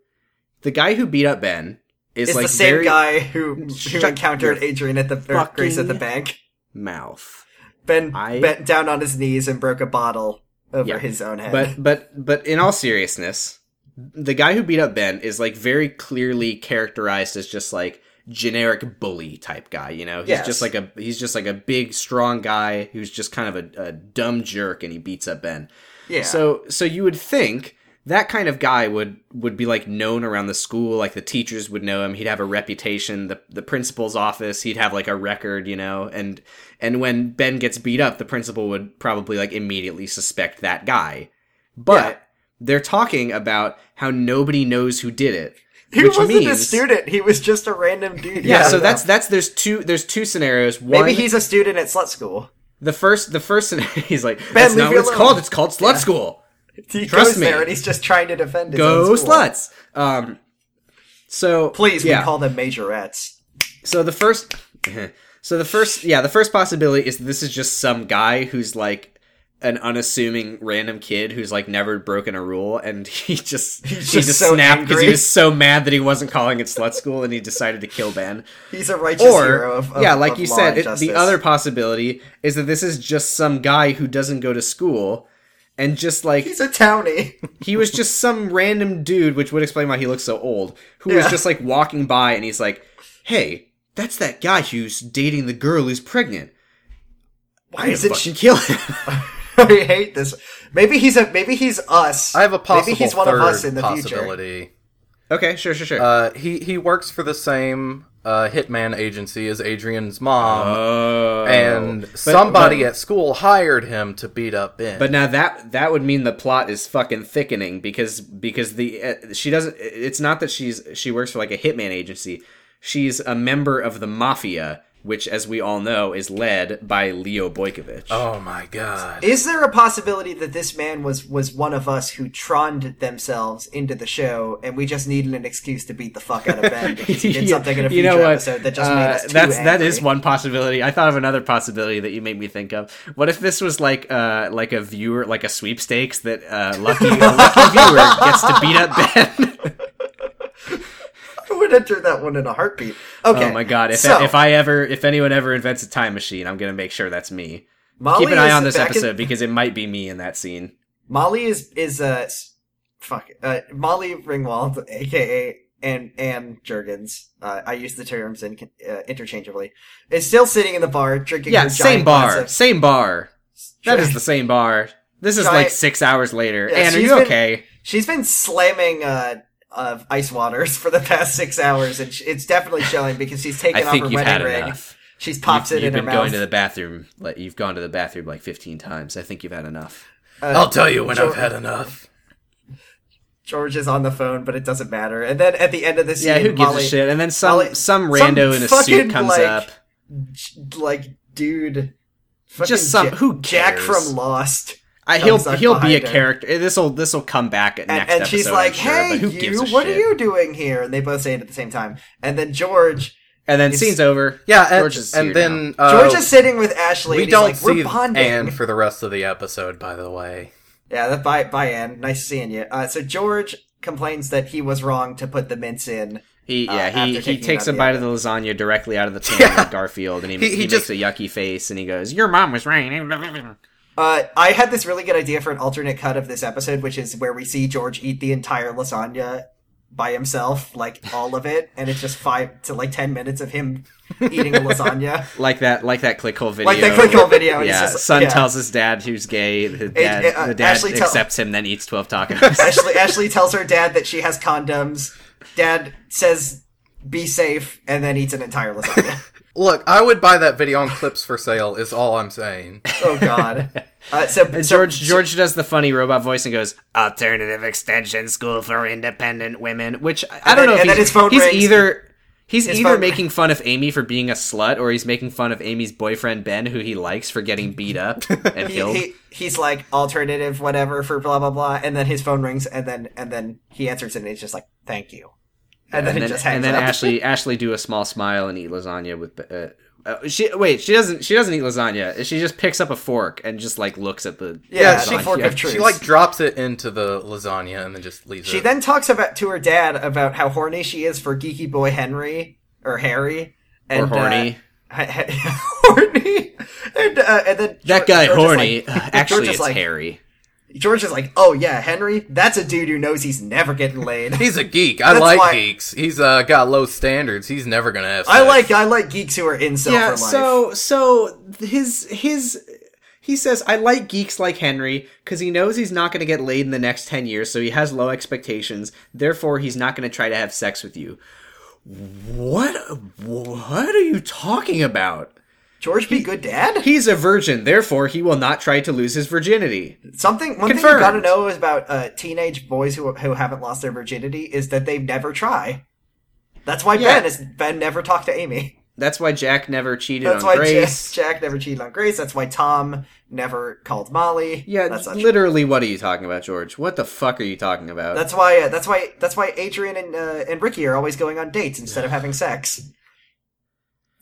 the guy who beat up Ben is
It's
like
the same
very
guy who,
[LAUGHS] Shut
who
your
encountered Adrian at the or Grace at the
fucking-
bank.
mouth.
Ben
I-
bent down on his knees and broke a bottle over
Yeah.
his own head. [LAUGHS]
But but but in all seriousness, the guy who beat up Ben is like very clearly characterized as just like generic bully type guy. You know, he's
Yes.
just like a he's just like a big strong guy who's just kind of a, a dumb jerk, and he beats up Ben.
yeah,
So so you would think that kind of guy would would be like known around the school, like the teachers would know him. He'd have a reputation. the The principal's office, he'd have like a record, you know. And and when Ben gets beat up, the principal would probably like immediately suspect that guy. But
Yeah.
they're talking about how nobody knows who did it.
he
which
wasn't a
means-
student. He was just a random dude.
Yeah, so
no.
that's that's there's two there's two scenarios. One,
maybe he's a student at slut school.
the first the first [LAUGHS] scenario, he's like that's
leave
not
me
what it's
alone."
called. It's called slut school.
He
Trust
goes
me.
there and he's just trying to defend his
go
own school.
sluts. Um, so
Please,
yeah.
we call them majorettes.
so the first, [LAUGHS] so the first, yeah, the first possibility is this is just some guy who's like an unassuming random kid who's like never broken a rule, and [LAUGHS] he just
He's
he
just
just
so
snapped because he
angry.
was so mad that he wasn't calling it slut school, and he decided to kill Ben
He's a righteous
or
hero of, of
yeah, like
of
you
law
said,
and
it, the
justice.
other possibility is that this is just some guy who doesn't go to school and just like
He's
[LAUGHS]
a townie.
he was just some random dude, which would explain why he looks so old, who was
Yeah.
just like walking by and he's like, "Hey, that's that guy who's dating the girl who's pregnant.
Why is it?
Fucking kill him."
[LAUGHS] I hate this. Maybe he's a. Maybe he's us.
I have a possible
Maybe he's one
third
of us in the future.
possibility.
okay, sure, sure, sure.
Uh, he he works for the same uh, hitman agency as Adrian's mom,
oh,
and
But-
somebody
but-
at school hired him to beat up Ben.
But now that that would mean the plot is fucking thickening because because the uh, she doesn't. It's not that she's she works for like a hitman agency. She's a member of the mafia, which, as we all know, is led by Leo Boykovich.
oh my god!
Is there a possibility that this man was was one of us who troned themselves into the show, and we just needed an excuse to beat the fuck out of Ben because he did something in
[LAUGHS]
a
You
future
know what?
episode that just made
Uh,
us too
that's that
angry?
is one possibility. I thought of another possibility that you made me think of. What if this was like uh like a viewer like a sweepstakes that uh lucky a
[LAUGHS]
lucky viewer gets to beat up Ben? [LAUGHS]
I would enter that one in a heartbeat. Okay.
Oh my god! If
so,
if I ever if anyone ever invents a time machine, I'm gonna make sure that's me.
Molly
Keep an eye
is
on this
back in-
episode because it might be me in that scene.
Molly is is uh s- fuck uh Molly Ringwald, aka and and Jurgens. Uh, I use the terms in, uh, interchangeably. Is still sitting in the bar drinking.
Yeah,
her
same
giant glass
bar,
of-
same bar. [LAUGHS] That is the same bar. This is like
Giant-
six hours later.
Yeah,
and are
she's
you
been-
okay?
[LAUGHS] She's been slamming uh, uh, ice waters for the past six hours, and sh it's
[LAUGHS]
definitely showing because she's
I
taken off
think
her
you've
wedding
had
ring.
enough.
She's pops
you've,
it in
you've
her
been
mouth.
going to the bathroom. Like you've gone to the bathroom like 15 times. I think you've had enough.
uh,
I'll tell you when
Sure.
I've had enough.
George is on the phone, but it doesn't matter. And then at the end of the scene,
yeah, who gives
Molly,
a shit? And then some
Molly-
some
some
rando in a
fucking,
suit comes
like,
up.
j- like dude, fucking
Just some-
Ja-
who
Jack
cares?
from Lost.
I, he'll
Comes up
he'll be a
behind her.
character. This will this will come back at
and,
next
and
episode.
she's
I'm
like,
sure,
"Hey,
but who gives
you,
a
what
shit?
are you doing here?" And they both say it at the same time. And then George,
And then
It's-
scene's over.
Yeah, and,
George is here
and then uh,
Oh.
George is sitting with Ashley.
we
and he's
don't
like,
see
We're bonding.
Anne for the rest of the episode. By the way,
Yeah, that, bye, bye, Anne. Nice seeing you. Uh, so George complains that he was wrong to put the mints in.
He
uh,
yeah he,
after
he
taking
takes
out
a
the
bite of the lasagna directly
[LAUGHS]
out of the pan
Yeah.
of Garfield, and he,
He-
he,
he
makes
just-
a yucky face, and he goes, "Your mom was right."
Uh, I had this really good idea for an alternate cut of this episode, which is where we see George eat the entire lasagna by himself, like all of it, and it's just five to like ten minutes of him eating
[LAUGHS]
a lasagna.
Like that like that clickhole video.
Like the clickhole video. and it's
Yeah,
just-
son
yeah.
tells his dad who's gay. The dad,
uh,
the dad
Ashley tell-
accepts him, then eats twelve
[LAUGHS]
tacos.
Ashley, Ashley tells her dad that she has condoms. Dad says, "Be safe," and then eats an entire
[LAUGHS]
lasagna.
look, I would buy that video on clips for sale. Is all I'm saying.
oh God! Uh, so
And
so-
George George does the funny robot voice and goes, "Alternative extension school for independent women," which I, I
And
don't
then-
know if
and then
he's,
his phone
he's
rings.
either he's
His
either
phone-
making fun of Amy for being a slut or he's making fun of Amy's boyfriend Ben who he likes for getting beat up
[LAUGHS]
and
he,
killed.
he he's like alternative whatever for blah blah blah, and then his phone rings, and then and then he answers it, and he's just like, "Thank you," and then
and
it
then,
just hangs
and then
up. [LAUGHS]
Ashley Ashley do a small smile and eat lasagna with. Uh, uh, she wait. She doesn't. She doesn't eat lasagna. She just picks up a fork and just like looks at the.
yeah,
Yeah,
she
she-
fork
yeah,
of truth.
She like drops it into the lasagna and then just leaves
She
it.
then talks about to her dad about how horny she is for geeky boy Henry or Harry and
Or horny.
uh, [LAUGHS] he- he- horny, and uh, and then
that
George-
guy
George is
horny. [LAUGHS]
like- [LAUGHS] George
Actually,
is
it's
like-
Harry.
George is like, oh yeah, Henry, that's a dude who knows he's never getting
[LAUGHS]
laid. [LAUGHS]
He's a geek. I
That's
like
why-
geeks. He's uh, got low standards. He's never gonna have.
I
sex.
like I like geeks who are incel
yeah
for life.
so so his his he says i like geeks like henry because he knows he's not going to get laid in the next 10 years so he has low expectations therefore he's not going to try to have sex with you what what are you talking about
George be good dad.
he's a virgin therefore he will not try to lose his virginity
Something one thing you
Confirmed.
gotta know is about uh, teenage boys who who haven't lost their virginity is that they never try. That's why
Yeah.
Ben is Ben never talked to Amy.
that's why jack never cheated
That's
on
why
grace
Jack, Jack never cheated on Grace. That's why Tom never called Molly.
yeah
that's not true.
literally what are you talking about george what the fuck are you talking about
That's why. Uh, that's why. That's why Adrian and uh, and Ricky are always going on dates instead of having sex.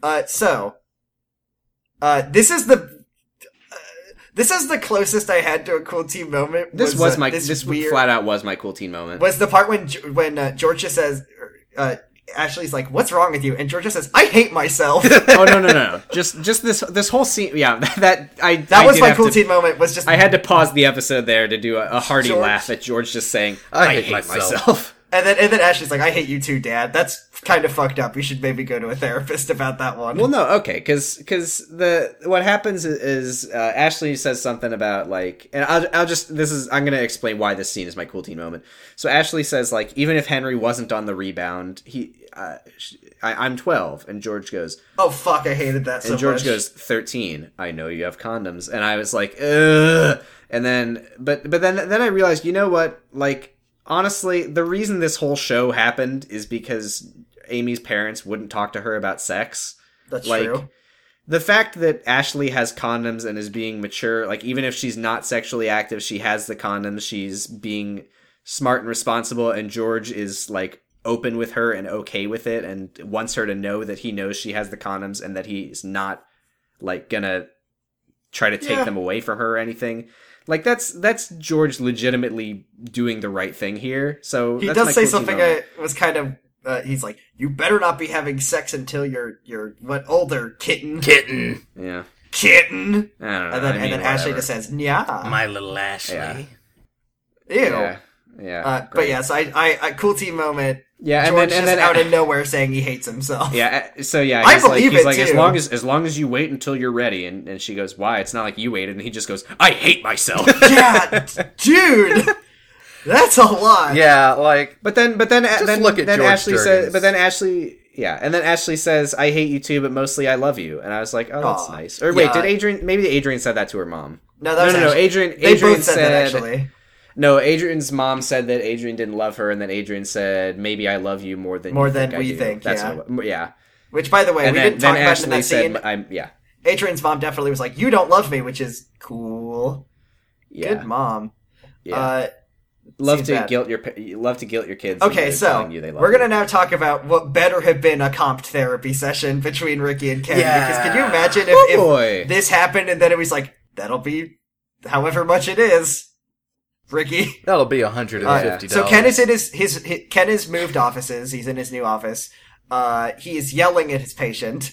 Uh, so, uh, this is the. uh, This is the closest I had to a cool team moment.
this was,
uh,
my this,
weird
flat out was my cool teen moment
was the part when Ge- when uh, Georgia says, uh, Ashley's like, "What's wrong with you?" and Georgia says, "I hate
[LAUGHS]
myself." that
[LAUGHS] oh no no no no. just just this this whole scene yeah [LAUGHS] that i I
was
did
my
have
cool
to-
team moment. Was just
i had to pause the episode there to do a, a hearty
George-
laugh at george just saying
I
i,
hate
hate,
myself."
myself, [LAUGHS]
and then and then Ashley's like, "I hate you too, Dad." That's kind of fucked up. You should maybe go to a therapist about that one.
well no okay because the what happens is uh, ashley says something about like and I'll, I'll just this is i'm gonna explain why this scene is my cool teen moment so ashley says like even if henry wasn't on the rebound he uh, sh- I, i'm 12 and george goes
oh fuck, I hated that. so
and George
much.
goes 13. I know you have condoms, and I was like, ugh. And then, but but then then I realized, you know what? Like honestly, the reason this whole show happened is because Amy's parents wouldn't talk to her about sex.
That's
like,
true.
The fact that Ashley has condoms and is being mature, like even if she's not sexually active, she has the condoms. She's being smart and responsible, and George is like open with her and okay with it, and wants her to know that he knows she has the condoms and that he's not like gonna try to take
Yeah.
them away from her or anything. Like that's that's George legitimately doing the right thing here. So
He
that's my
does
cool
say
team
something
moment.
that was kind of. Uh, he's like, "You better not be having sex until you're you're what older kitten
kitten.
yeah.
kitten."
I don't know.
And then
uh, I
and
mean,
then Ashley
whatever.
just says, "Yeah,
My little Ashley.
Yeah.
ew."
yeah. Yeah,
Uh, but
great.
yes, I, I, I cool team moment.
yeah, and
George
then and then
just out of nowhere saying he hates himself. [LAUGHS]
Yeah. uh, So yeah,
I
he's like,
believe
he's
it,
like as
too.
long as as long as you wait until you're ready, and, and she goes, why? It's not like you waited, and he just goes, I hate
[LAUGHS]
myself.
yeah, dude,
[LAUGHS]
that's a lot.
Yeah, like
but then, but then, Just then,
look at
then
George
Ashley
Jurgens.
says, but then Ashley, yeah, and then Ashley says, I hate you too, but mostly I love you, and I was like, oh, that's
Aw.
nice. Or wait,
Yeah.
did Adrian? Maybe Adrian said that to her mom.
No, that was
no, no, no.
Ashley.
Adrian,
they
Adrian
both said, that actually.
No, Adrian's mom said that Adrian didn't love her, and then Adrian said, "Maybe I love you more than
More
you
than
think I
we
do."
think,
That's
yeah.
what it wa- yeah.
Which, by the way,
And
we
then,
didn't talk
then
about it in
Ashley
that
said,
scene.
"I'm yeah."
Adrian's mom definitely was like, "You don't love me," which is cool.
Yeah,
Good mom.
yeah.
Uh,
love
seems
to
bad.
guilt your pa- you love to guilt your kids.
okay,
into
so
telling you they love
we're
you.
gonna now talk about what better have been a comp therapy session between Ricky and Ken. Because can you
Yeah.
imagine
Oh,
if,
boy.
if this happened and then it was like that'll be however much it is, Ricky.
That'll be hundred and fifty dollars.
Oh, So Ken is in his, his his Ken has moved offices. He's in his new office. Uh, he is yelling at his patient,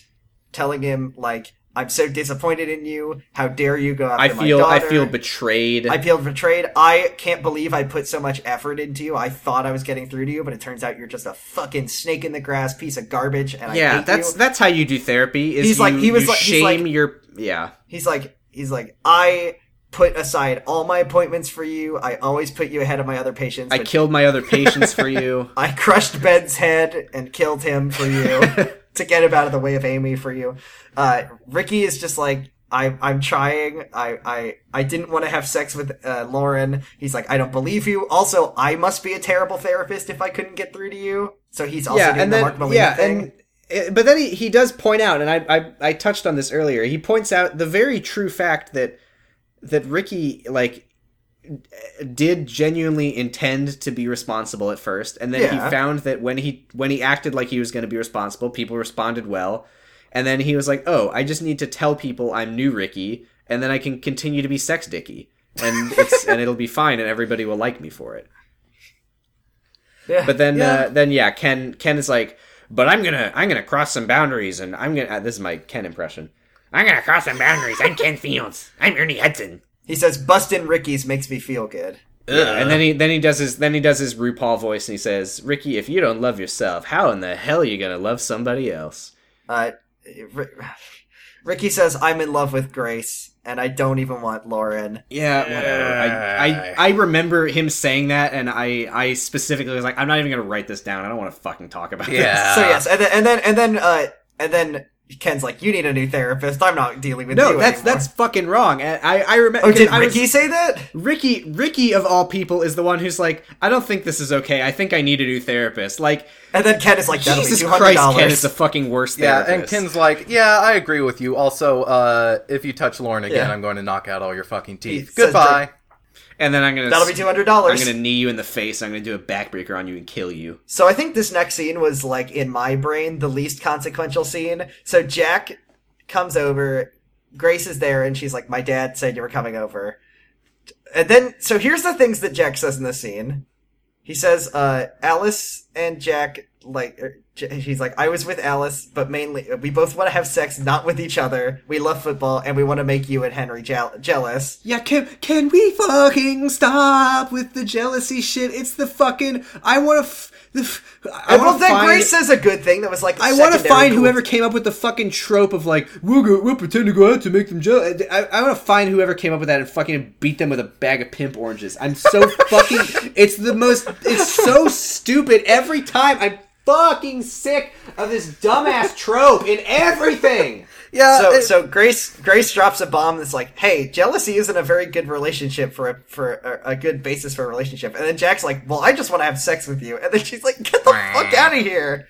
telling him like, "I'm so disappointed in you. How dare you go after
I
my
feel I
daughter.
feel betrayed.
I feel betrayed. I can't believe I put so much effort into you. I thought I was getting through to you, but it turns out you're just a fucking snake in the grass, piece of garbage, and I
yeah,
hate
that's
you.
that's how you do therapy. Is
He's like-
you-
he was
you
like- he's
shame
like-
your yeah.
He's like, he's like, I put aside all my appointments for you. I always put you ahead of my other patients.
I
but
killed my
[LAUGHS]
other patients for you.
I crushed Ben's head and killed him
[LAUGHS]
for you to get him out of the way of Amy for you. Uh, Ricky is just like, I, I'm trying. I, I, I didn't want to have sex with uh, Lauren. He's like, I don't believe you. Also, I must be a terrible therapist if I couldn't get through to you. So he's also
yeah,
doing
and
the
then
Mark Molina
yeah,
thing.
and eh, but then he, he does point out, and I, I I touched on this earlier. He points out the very true fact that that Ricky like eh, did genuinely intend to be responsible at first, and then
Yeah.
he found that when he when he acted like he was going to be responsible, people responded well, and then he was like, oh, I just need to tell people I'm new Ricky, and then I can continue to be sex Dicky. and it's and it'll be fine, and everybody will like me for it.
yeah.
But then,
Yeah.
Uh, then yeah, Ken Ken is like, but I'm gonna I'm gonna cross some boundaries, and I'm gonna. Uh, this is my Ken impression.
I'm gonna cross some boundaries. I'm Ken Fields. I'm Ernie Hudson.
he says, bustin' Ricky's makes me feel good.
And then he then he does his then he does his RuPaul voice, and he says, Ricky, if you don't love yourself, how in the hell are you gonna love somebody else?
Uh, Ri- [SIGHS] Ricky says, I'm in love with Grace, and I don't even want Lauren.
Yeah, whatever. I, I I remember him saying that, and I I specifically was like, I'm not even gonna write this down. I don't want to fucking talk about this. [LAUGHS]
yeah.
so yes, and then and then and then uh and then Ken's like, "You need a new therapist. I'm not dealing with you
No, that's
anymore."
that's fucking wrong. And I I remember.
Oh, did
I was-
Ricky say that?
Ricky, Ricky of all people is the one who's like, I don't think this is okay. I think I need a new therapist. Like,
And then Ken is like, "That'll
Jesus
be two hundred
Christ, Ken is
dollars."
the fucking worst
Yeah,
therapist.
and Ken's like, yeah, I agree with you. Also, uh, if you touch Lauren again,
Yeah.
I'm going to knock out all your fucking
He
teeth.
says
Goodbye.
and then I'm gonna,
That'll be two hundred
I'm
dollars.
gonna knee you in the face. I'm gonna do a backbreaker on you and kill you.
So I think this next scene was like in my brain the least consequential scene. So Jack comes over, Grace is there, and she's like, "My dad said you were coming over." And then, so here's the things that Jack says in the scene. He says, uh, "Alice and Jack like." er, J- He's like, I was with Alice, but mainly we both want to have sex, not with each other. We love football, and we want to make you and Henry jeal- jealous.
Yeah, can can we fucking stop with the jealousy shit? It's the fucking I want to. F- the f- I
well,
want to
then
find.
Grace says a good thing that was like.
I want to
secondary
find
cool-
whoever came up with the fucking trope of like we'll go, we'll pretend to go out to make them jealous. I, I want to find whoever came up with that and fucking beat them with a bag of pimp oranges. I'm so [LAUGHS] fucking. It's the most. It's so stupid every time. I'm fucking sick of this [LAUGHS] dumbass trope in everything.
Yeah.
so
Uh, it-
so Grace Grace drops a bomb that's like, "Hey, jealousy isn't a very good relationship for a for a, a good basis for a relationship." And then Jack's like, "Well, I just want to have sex with you." And then she's like, "Get the fuck out of here!"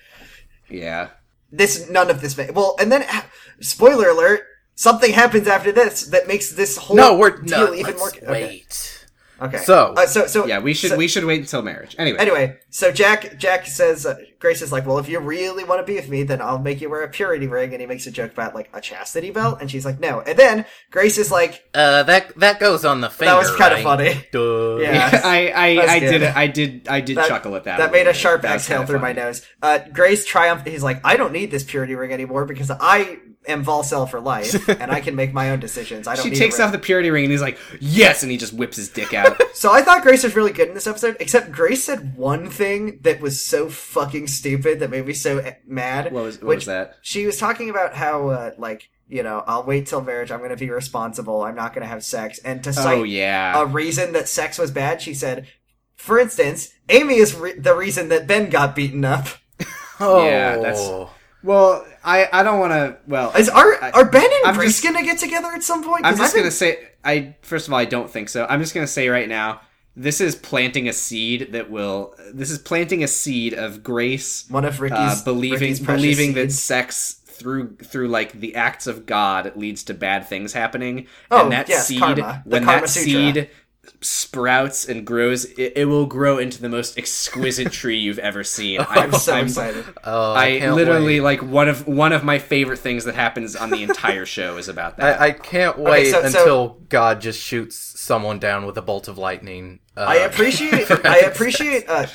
Yeah.
This none of this. Ma- well, and then ah, spoiler alert: something happens after this that makes this whole
no, we're
deal
no,
even
let's
more. Okay.
Wait.
okay.
So-
Uh, so so
Yeah. We should
so-
we should wait until marriage. Anyway. [LAUGHS]
Anyway, so Jack Jack says uh, Grace is like, "Well, if you really want to be with me, then I'll make you wear a purity ring." And he makes a joke about like a chastity belt, and she's like, "No." And then Grace is like,
Uh, that that goes on the finger.
"That was
right?
kind of funny."
Duh.
Yeah.
[LAUGHS] I I,
That's
I
good.
did I did I did
That-
chuckle at that.
That
a
made
little
a
bit.
sharp
That was
exhale
kinda
through my
funny.
nose. Uh, Grace triumphed. He's like, "I don't need this purity ring anymore because I am Volcel for life, and I can make my own decisions. I
[LAUGHS]
don't."
She
need
takes
a ring.
off the purity ring and he's like, "Yes," and he just whips his dick [LAUGHS] out.
So I thought Grace was really good in this episode, except Grace said one thing that was so fucking stupid that made me so eh, mad.
What was- what
which
was that?
She was talking about how, uh, like, you know, I'll wait till marriage. I'm going to be responsible. I'm not going to have sex. And to cite
oh yeah.
a reason that sex was bad, she said, for instance, Amy is re- the reason that Ben got beaten up.
[LAUGHS] Oh.
Yeah, that's- Well, I, I don't want to. Well,
Is are are Ben and
I'm
Grace
just-
gonna get together at some point?
I'm
'Cause
just
I've
gonna say. I first of all, I don't think so. I'm just gonna say right now, this is planting a seed that will. This is planting a seed of grace,
been- one of Ricky's
uh, believing
Ricky's precious
believing that
seeds.
sex through through like the acts of God it leads to bad things happening.
Oh,
and that
yes,
seed
karma. The
when
Karma
that
Sutra.
seed sprouts and grows, it, it will grow into the most exquisite tree you've ever seen.
[LAUGHS] Oh,
[LAUGHS]
I'm so excited.
uh,
Oh, I,
I,
can't
literally
wait.
like one of one of my favorite things that happens on the
[LAUGHS]
entire show is about that.
I, I can't wait
so- so-
until God just shoots someone down with a bolt of lightning. Uh,
I appreciate.
[LAUGHS]
I appreciate. Uh,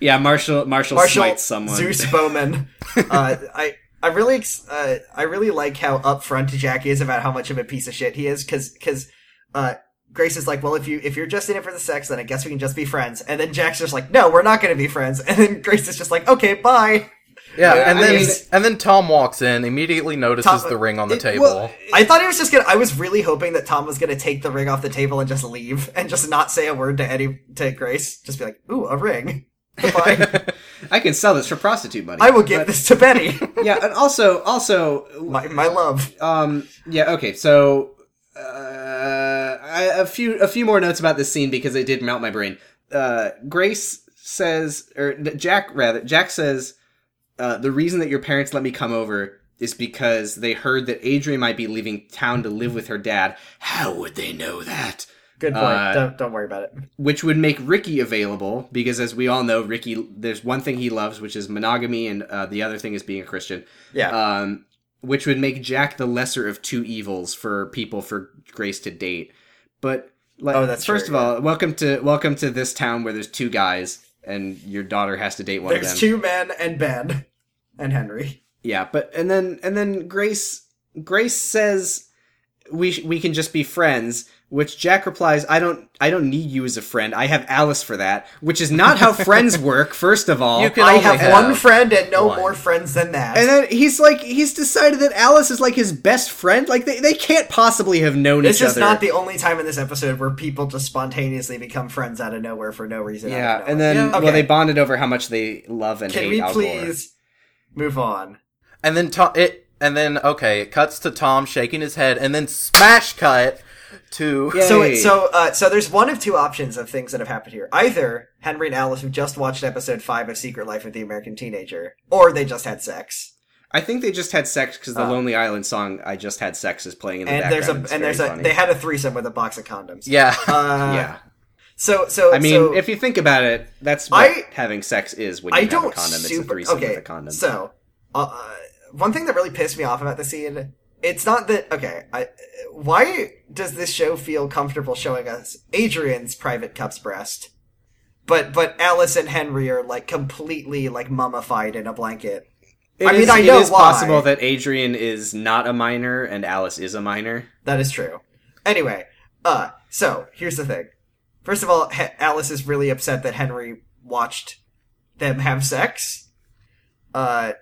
yeah, Marshall Marshall,
Marshall
smites someone.
[LAUGHS] Zeus Bowman. Uh, I I really ex- uh, I really like how upfront Jack is about how much of a piece of shit he is because uh, Grace is like, well, if you if you're just in it for the sex, then I guess we can just be friends. And then Jack's just like, no, we're not going to be friends. [LAUGHS] And then Grace is just like, okay, bye.
yeah,
Yeah,
and
I
then
mean-
and then Tom walks in, immediately notices
Tom-
the ring on the
it-
table.
well,
I thought he was just gonna. I was really hoping that Tom was gonna take the ring off the table and just leave [LAUGHS] and just not say a word to any to Grace. Just be like, ooh, a ring. [LAUGHS] Goodbye.
I can sell this for prostitute money.
I will give this to [LAUGHS] Betty.
yeah, and also also
my my love.
um yeah okay so uh, I, a few a few more notes about this scene because it did melt my brain uh grace says or jack rather jack says uh, the reason that your parents let me come over is because they heard that adrian might be leaving town to live with her dad how would they know that
Good point.
Uh,
don't don't worry about it.
which would make Ricky available because, as we all know, Ricky there's one thing he loves, which is monogamy, and uh, the other thing is being a Christian.
Yeah.
Um, which would make Jack the lesser of two evils for people for Grace to date. But like,
Oh, that's
first
true,
of all, welcome to welcome to this town where there's two guys and your daughter has to date one of them.
There's two men and Ben and Henry.
Yeah, but and then and then Grace Grace says we sh- we can just be friends, which Jack replies, "I don't I don't need you as a friend. I have Alice for that," which is not how
[LAUGHS]
friends work. First of all,
You can
I
only
have, one friend and no
one.
more friends than that.
and then he's like he's decided that Alice is like his best friend. Like they, they can't possibly have known
this
each
is
other.
not the only time in this episode where people just spontaneously become friends out of nowhere for no reason. out of
yeah,
nowhere.
and then
Yeah.
well,
Okay.
they bonded over how much they love and
can
hate
we
Al Gore.
please move on?
And then Tom, it, and then okay, it cuts to Tom shaking his head, and then smash cut to
Yeah.
So,
Hey.
so, uh, so there's one of two options of things that have happened here. Either Henry and Alice have just watched episode five of Secret Life of the American Teenager, or they just had sex.
I think they just had sex because the
Uh.
Lonely Island song "I Just Had Sex" is playing in the
and there's
background.
a
It's
and
very
there's a
funny.
they had a threesome with a box of condoms.
yeah. [LAUGHS]
Uh,
yeah.
So, so
I mean,
so-
if you think about it, that's what
I-
having sex is when you
I
have
don't
a condom.
super,
it's a threesome
okay,
with a condom.
So, uh, one thing that really pissed me off about the scene, it's not that okay. I, why does this show feel comfortable showing us Adrian's private cup's breast, but but Alice and Henry are like completely like mummified in a blanket?
It
I mean,
is-
I know
it is
why.
possible that Adrian is not a minor and Alice is a minor.
That is true. Anyway, uh, so here's the thing. First of all, he- Alice is really upset that Henry watched them have sex. Uh,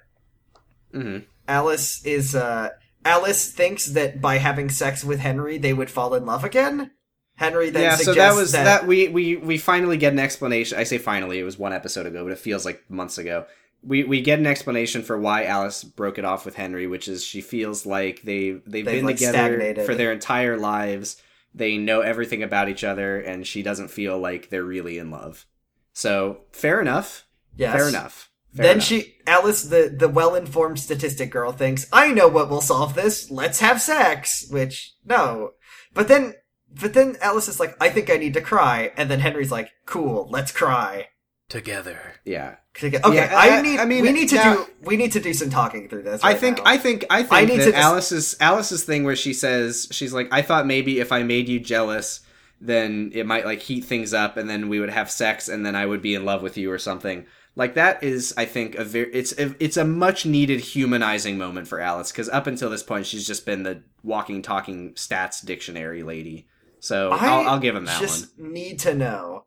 hmm
Alice is uh Alice thinks that by having sex with Henry they would fall in love again. Henry then
Yeah, so
suggests
that was that,
that,
we, we we finally get an explanation. I say finally, it was one episode ago, but it feels like months ago. We we get an explanation for why Alice broke it off with Henry, which is she feels like they they've, been
like,
together
stagnated.
for their entire lives. They know everything about each other, and she doesn't feel like they're really in love. So fair enough.
yes.
Fair enough. Fair
then
enough.
she Alice the the well-informed statistic girl thinks, "I know what will solve this. Let's have sex." Which no. But then but then Alice is like, "I think I need to cry." And then Henry's like, "Cool, let's cry."
Together.
Yeah.
Okay,
Yeah, I-
I need
I mean,
we need to
now-
do we need to do some talking through this.
I
right
think
now.
I think I think
I need
that
to dis-
Alice's Alice's thing where she says she's like I thought maybe if I made you jealous then it might like heat things up and then we would have sex and then I would be in love with you or something. Like that is I think a very it's a, it's a much needed humanizing moment for Alice cuz up until this point she's just been the walking talking stats dictionary lady. So I will I'll give him that one.
just need to know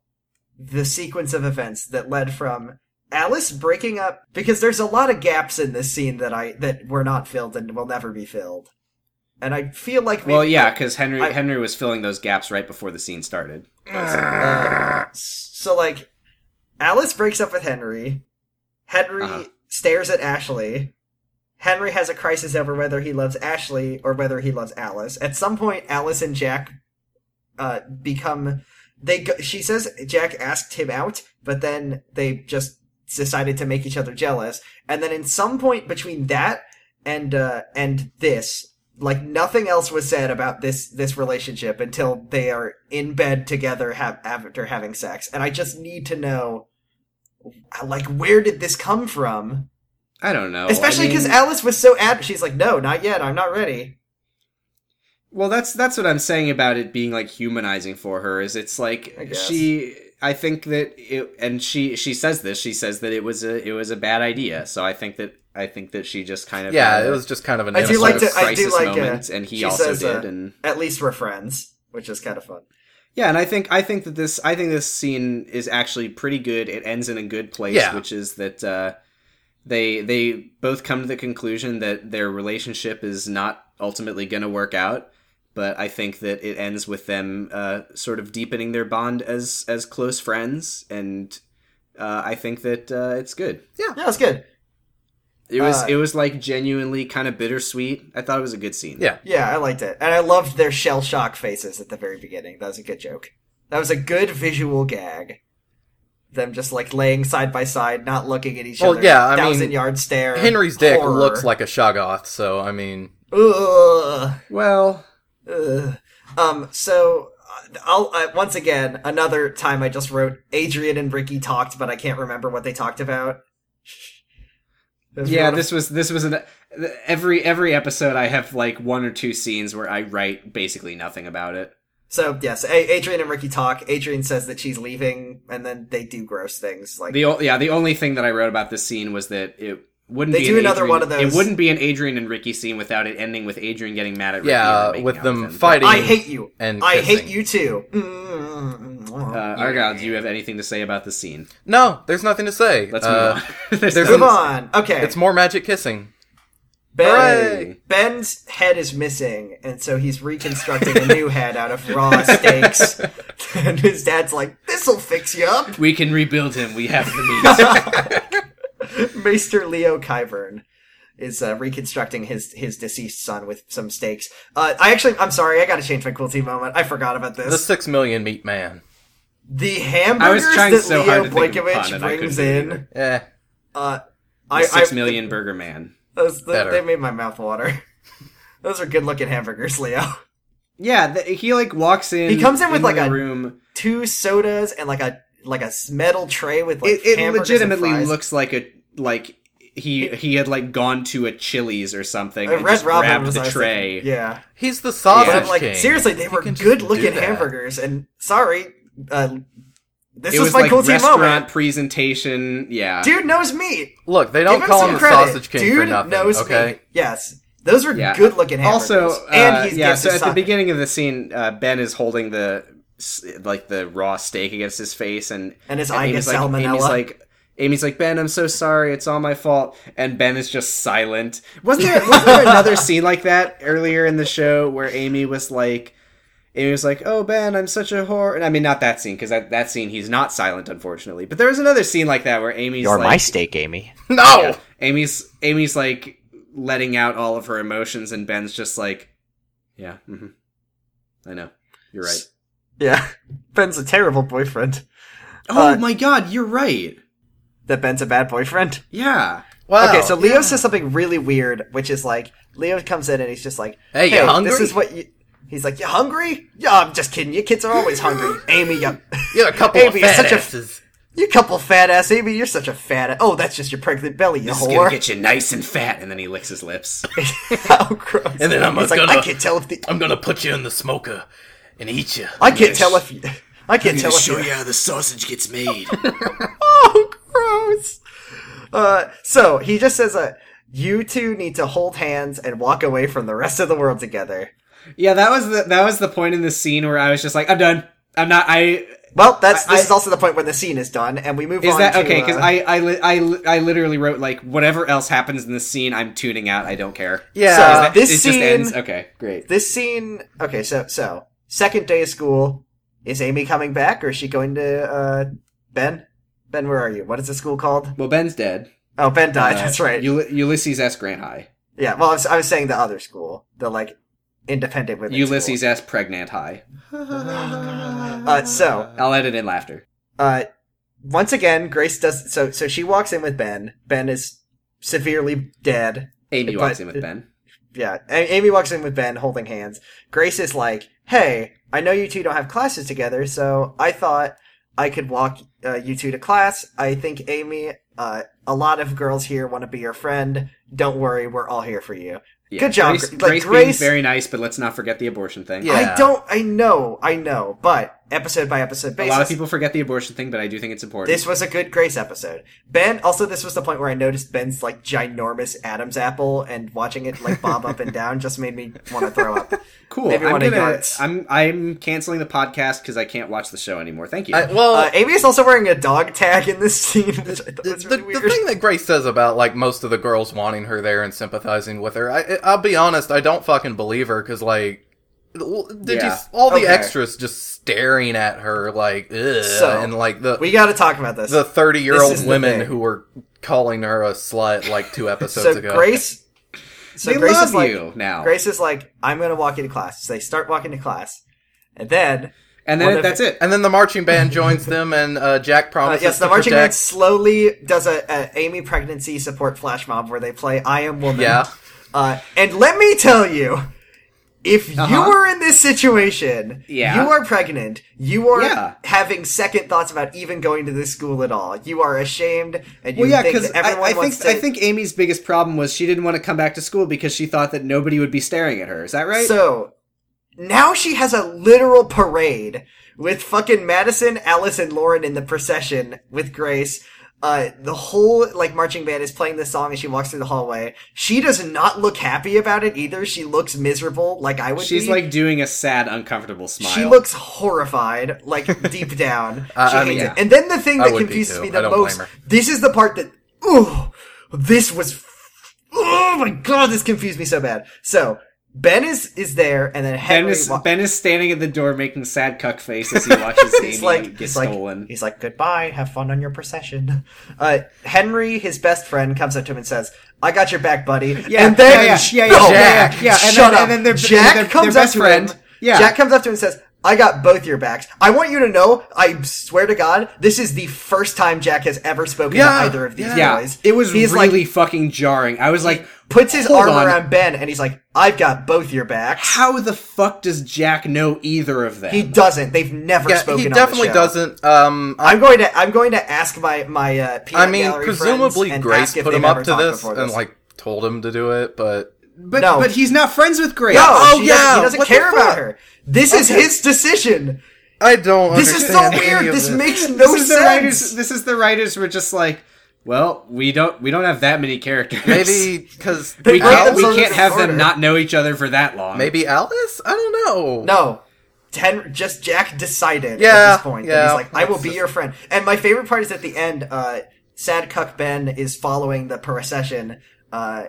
the sequence of events that led from Alice breaking up because there's a lot of gaps in this scene that I that were not filled and will never be filled, and I feel like maybe,
Well, yeah, cuz Henry
I-
Henry was filling those gaps right before the scene started.
uh, so like Alice breaks up with Henry. Henry
Uh-huh.
stares at Ashley. Henry has a crisis over whether he loves Ashley or whether he loves Alice. At some point, Alice and Jack uh, become they. Go, she says Jack asked him out, but then they just decided to make each other jealous. And then in some point between that and uh, and this. Like nothing else was said about this this relationship until they are in bed together have, after having sex, and I just need to know, like, where did this come from?
I don't know.
Especially
I mean-
because Alice was so ad. She's like, no, not yet. I'm not ready.
Well, that's that's what I'm saying about it being like humanizing for her. Is it's like
I guess.
she. I think that it, and she she says this. She says that it was a it was a bad idea. So I think that I think that she just kind of
yeah,
had
it
a
was just kind of an.
I do
innocent-
like
sort of
to- I do
crisis
like, uh,
moment, and he
she
also
says, uh,
did. and
At least we're friends, which is kind of fun.
yeah, and I think I think that this I think this scene is actually pretty good. It ends in a good place,
Yeah.
which is that uh, they they both come to the conclusion that their relationship is not ultimately going to work out. But I think that it ends with them uh, sort of deepening their bond as as close friends, and uh, I think that uh, it's good.
Yeah, it's good.
It was
Uh,
it was like genuinely kind of bittersweet. I thought it was a good scene.
Yeah.
Yeah, I liked it. And I loved their shell shock faces at the very beginning. That was a good joke. That was a good visual gag. Them just like laying side by side, not looking at each
Well,
other.
yeah, I mean,
thousand yard stare.
Henry's dick
horror.
looks like a Shoggoth, so I mean,
Ugh,
Well,
ugh. Um. So, uh, I'll uh, once again another time. I just wrote Adrian and Ricky talked, but I can't remember what they talked about. If you
yeah
wanna-
this was this was an every every episode i have like one or two scenes where i write basically nothing about it
So yes, A- Adrian and Ricky talk. Adrian says that she's leaving, and then they do gross things like
the o- yeah the only thing that i wrote about this scene was that it wouldn't
They
be
do
an
another
Adrian-
one of those-
it wouldn't be an adrian and ricky scene without it ending with adrian getting mad at ricky and
yeah,
making
with
out
them
him. But,
fighting.
I hate you.
and
I hate
kissing.
you too. Mm, Mm-hmm.
uh, Argyle, do you have anything to say about the scene?
No, there's nothing to say.
Let's
Uh,
move on. [LAUGHS] There's
there's
Move
nothing-
on. Okay.
It's more magic kissing.
ben,
Hooray!
Ben's head is missing, and so he's reconstructing a new head out of [LAUGHS] raw steaks. and his dad's like, "This'll fix you up,
We can rebuild him. We have the means.
Maester Leo Kyvern." Is uh, reconstructing his his deceased son with some steaks. Uh, I actually, I'm sorry, I got to change my quilty moment. I forgot about this.
The six million meat man.
The hamburgers
trying
that
so hard
Leo
to think of a pun,
Boykovich
and I couldn't
brings
do it
in.
either.
Eh.
Uh, I,
The Six
I-
million burger man.
Those, th
Better.
they made my mouth water. [LAUGHS] Those are good looking hamburgers, Leo.
Yeah, the, he like walks in.
He comes in with, like,
the
a-
room.
Two sodas and like a like a metal tray with like
it, it
hamburgers
legitimately
and fries.
looks like a like he he had like gone to a Chili's or something
Uh,
and
Red
just
Robin
grabbed
was
the
nice
tray.
looking. Yeah,
He's the sausage
but like
king.
seriously, they were
can just
good
do
looking
that.
hamburgers. And sorry, uh, this
It
was,
was
my
like
cool team
restaurant
moment.
presentation. Yeah,
Dude knows meat.
Look, they don't
Give him
call
some
him the
credit.
sausage king
Dude
for nothing.
knows
okay.
meat. Yes, those were
Yeah.
good looking hamburgers.
also uh,
and he
yeah.
gets
So
his
at the
son-
beginning of the scene, uh, Ben is holding the s- like the raw steak against his face, and
and his
and
eye
Amy's
gets
like,
salmonella.
Amy's like. Amy's like Ben, I'm so sorry. It's all my fault. And Ben is just silent. Wasn't there, wasn't
[LAUGHS]
there another scene like that earlier in the show where Amy was like, Amy was like, "Oh Ben, I'm such a whore." And I mean, not that scene because that, that scene he's not silent, unfortunately. But there was another scene like that where Amy's
You're my
like,
steak, Amy.
[LAUGHS] No.
Yeah. Amy's Amy's like letting out all of her emotions, and Ben's just like, "Yeah, hmm I know, you're right."
yeah, [LAUGHS] Ben's a terrible boyfriend.
oh
Uh,
my God, you're right.
That Ben's a bad boyfriend.
Yeah.
Wow.
Okay, so Leo says something really weird, which is like Leo comes in and he's just like,
Hey, you hungry?"
This is what you. He's like, you hungry? Yeah, I'm just kidding. You kids are
[LAUGHS]
always hungry. Amy, you, [LAUGHS]
you're a couple
Amy,
of fat
such a-
asses.
you couple fat ass Amy. You're such a fat. ass. Oh, that's just your pregnant belly, you
This is gonna
[LAUGHS] whore.
get you nice and fat, and then he licks his
[LAUGHS]
lips.
How gross!
And then I'm
He's like,
gonna-
I can't tell if the
I'm gonna put you in the smoker and eat you.
I can't tell if you, I can't tell if you
how the sausage gets [LAUGHS] made.
[LAUGHS] Oh, gross. Uh, so he just says, uh, you two need to hold hands and walk away from the rest of the world together.
yeah, that was the that was the point in the scene where I was just like, I'm done. I'm not. I
Well, that's this
I-
is also the point when the scene is done, and we move
is
on.
that
to,
okay? Because
uh,
I I, li- I li- I literally wrote like whatever else happens in the scene, I'm tuning out. I don't care.
Yeah.
So
Is
That-
this
it
scene,
just ends. Okay, great.
this scene. Okay, so so second day of school. Is Amy coming back, or is she going to uh, Ben? Ben, where are you? What is the school called?
Well, Ben's dead.
Oh, Ben died. [LAUGHS]
Uh,
that's right.
Uly- Ulysses S. Grant High.
yeah. Well, I was, I was saying the other school, the like independent women.
Ulysses
School.
S. Pregnant High.
Uh, so
I'll edit in laughter.
uh, once again, Grace does so. So she walks in with Ben. Ben is severely dead,
Amy
But-
walks in with Ben.
Yeah, A- Amy walks in with Ben holding hands. Grace is like, "Hey, I know you two don't have classes together, so I thought I could walk uh, you two to class. I think Amy, uh, a lot of girls here want to be your friend. Don't worry, we're all here for you."
Yeah.
Good job,
Grace,
Gra- like,
Grace,
Grace-
being very uh, nice, but let's not forget the abortion thing.
Yeah.
I don't. I know. I know. But episode by episode
A
basis,
lot of people forget the abortion thing, but I do think it's important.
This was a good Grace episode. Ben, also, this was the point where I noticed Ben's like ginormous Adam's apple, and watching it like bob up and down just made me want to throw up.
cool.
maybe
I'm
one of
gonna,
Garth's.
I'm I'm canceling the podcast because I can't watch the show anymore. Thank you.
I, well,
Uh, Amy is also wearing a dog tag in this scene, [LAUGHS] which I thought
the,
was really
the
weird.
thing that Grace says about like most of the girls wanting her there and sympathizing with her, I, I'll be honest, I don't fucking believe her because like, l- did you
Yeah.
s- all the
Okay.
extras just staring at her like, Ugh,
So,
and like the
we got to talk about this.
the thirty year
this
old
is the
women
thing.
who were calling her a slut like
[LAUGHS]
two episodes
so
ago.
Grace, so
they
Grace
love
is like,
you now.
Grace is like, I'm gonna walk you to class. So they start walking to class, and then
and
one
then
of-
that's it.
and then the marching band joins them, and uh, Jack
uh,
promises
yes, the
to
marching band
protect.
slowly does a, a Amy pregnancy support flash mob where they play "I Am Woman."
Yeah.
Uh, and let me tell you, if you
Uh-huh.
were in this situation,
Yeah.
you are pregnant, you are
Yeah.
having second thoughts about even going to this school at all. You are ashamed, and you
Well, yeah,
think
because
that
I,
everyone
I
wants
think
to.
I think Amy's biggest problem was she didn't want to come back to school because she thought that nobody would be staring at her. Is that right?
So now she has a literal parade with fucking Madison, Alice, and Lauren in the procession with Grace. Uh, the whole like marching band is playing this song as she walks through the hallway. She does not look happy about it either. She looks miserable, like I would.
She's
be.
like doing a sad, uncomfortable smile.
She looks horrified,
[LAUGHS]
like deep down.
I-
she
I
hates
mean,
it. And then the thing
I
that
would be
confuses
too.
me
I
the
don't blame
most.
her.
This is the part that. Ooh, this was. Oh my god, this confused me so bad. So Ben is is there, and then
Ben
Henry.
is
wa-
Ben is standing at the door making sad cuck face as he
[LAUGHS]
watches Amy
He's like,
get
he's like,
stolen.
he's like, goodbye, have fun on your procession. [LAUGHS] Uh, Henry, his best friend, comes up to him and says, "I got your back, buddy."
Yeah,
and then
yeah, yeah, yeah,
no,
yeah, yeah, yeah, yeah. And
shut
then-
up.
and then their-
Jack
their- their
comes
best
up to
friend.
him.
Yeah.
Jack comes up to him and says, "I got both your backs. I want you to know. I swear to God, this is the first time Jack has ever spoken
Yeah,
to either of these
yeah,
boys.
it was
He's
really
like
fucking jarring. I was like,
puts his
hold
arm
on.
around Ben and he's like, "I've got both your backs."
how the fuck does Jack know either of them?
He doesn't. They've never
yeah,
spoken.
he
on the
definitely
show.
doesn't. Um, I,
I'm going to I'm going to ask my my uh, peanut
I mean,
gallery friends
presumably
and
Grace
ask if
put
they've
him up
ever
to
talked
this
before
and like told him to do it, but
but
no.
but he's not friends with Grace.
no,
Oh,
she doesn't,
yeah,
he doesn't
what the
care about
fuck?
her. This is his decision.
I don't.
This is so
understand any
weird.
of
This makes no
this is
sense.
the writers. This is the writers were just like, well, we don't we don't have that many characters.
maybe because
[LAUGHS] we
wrote
can't, we
themselves
can't
in
have
order.
them not know each other for that long.
Maybe Alice? I don't know.
No. Ten, just Jack decided at
Yeah,
this point that
yeah.
he's like, I will
That's
be
just-
your friend. And my favorite part is at the end, uh, Sad Cuck Ben is following the procession, uh,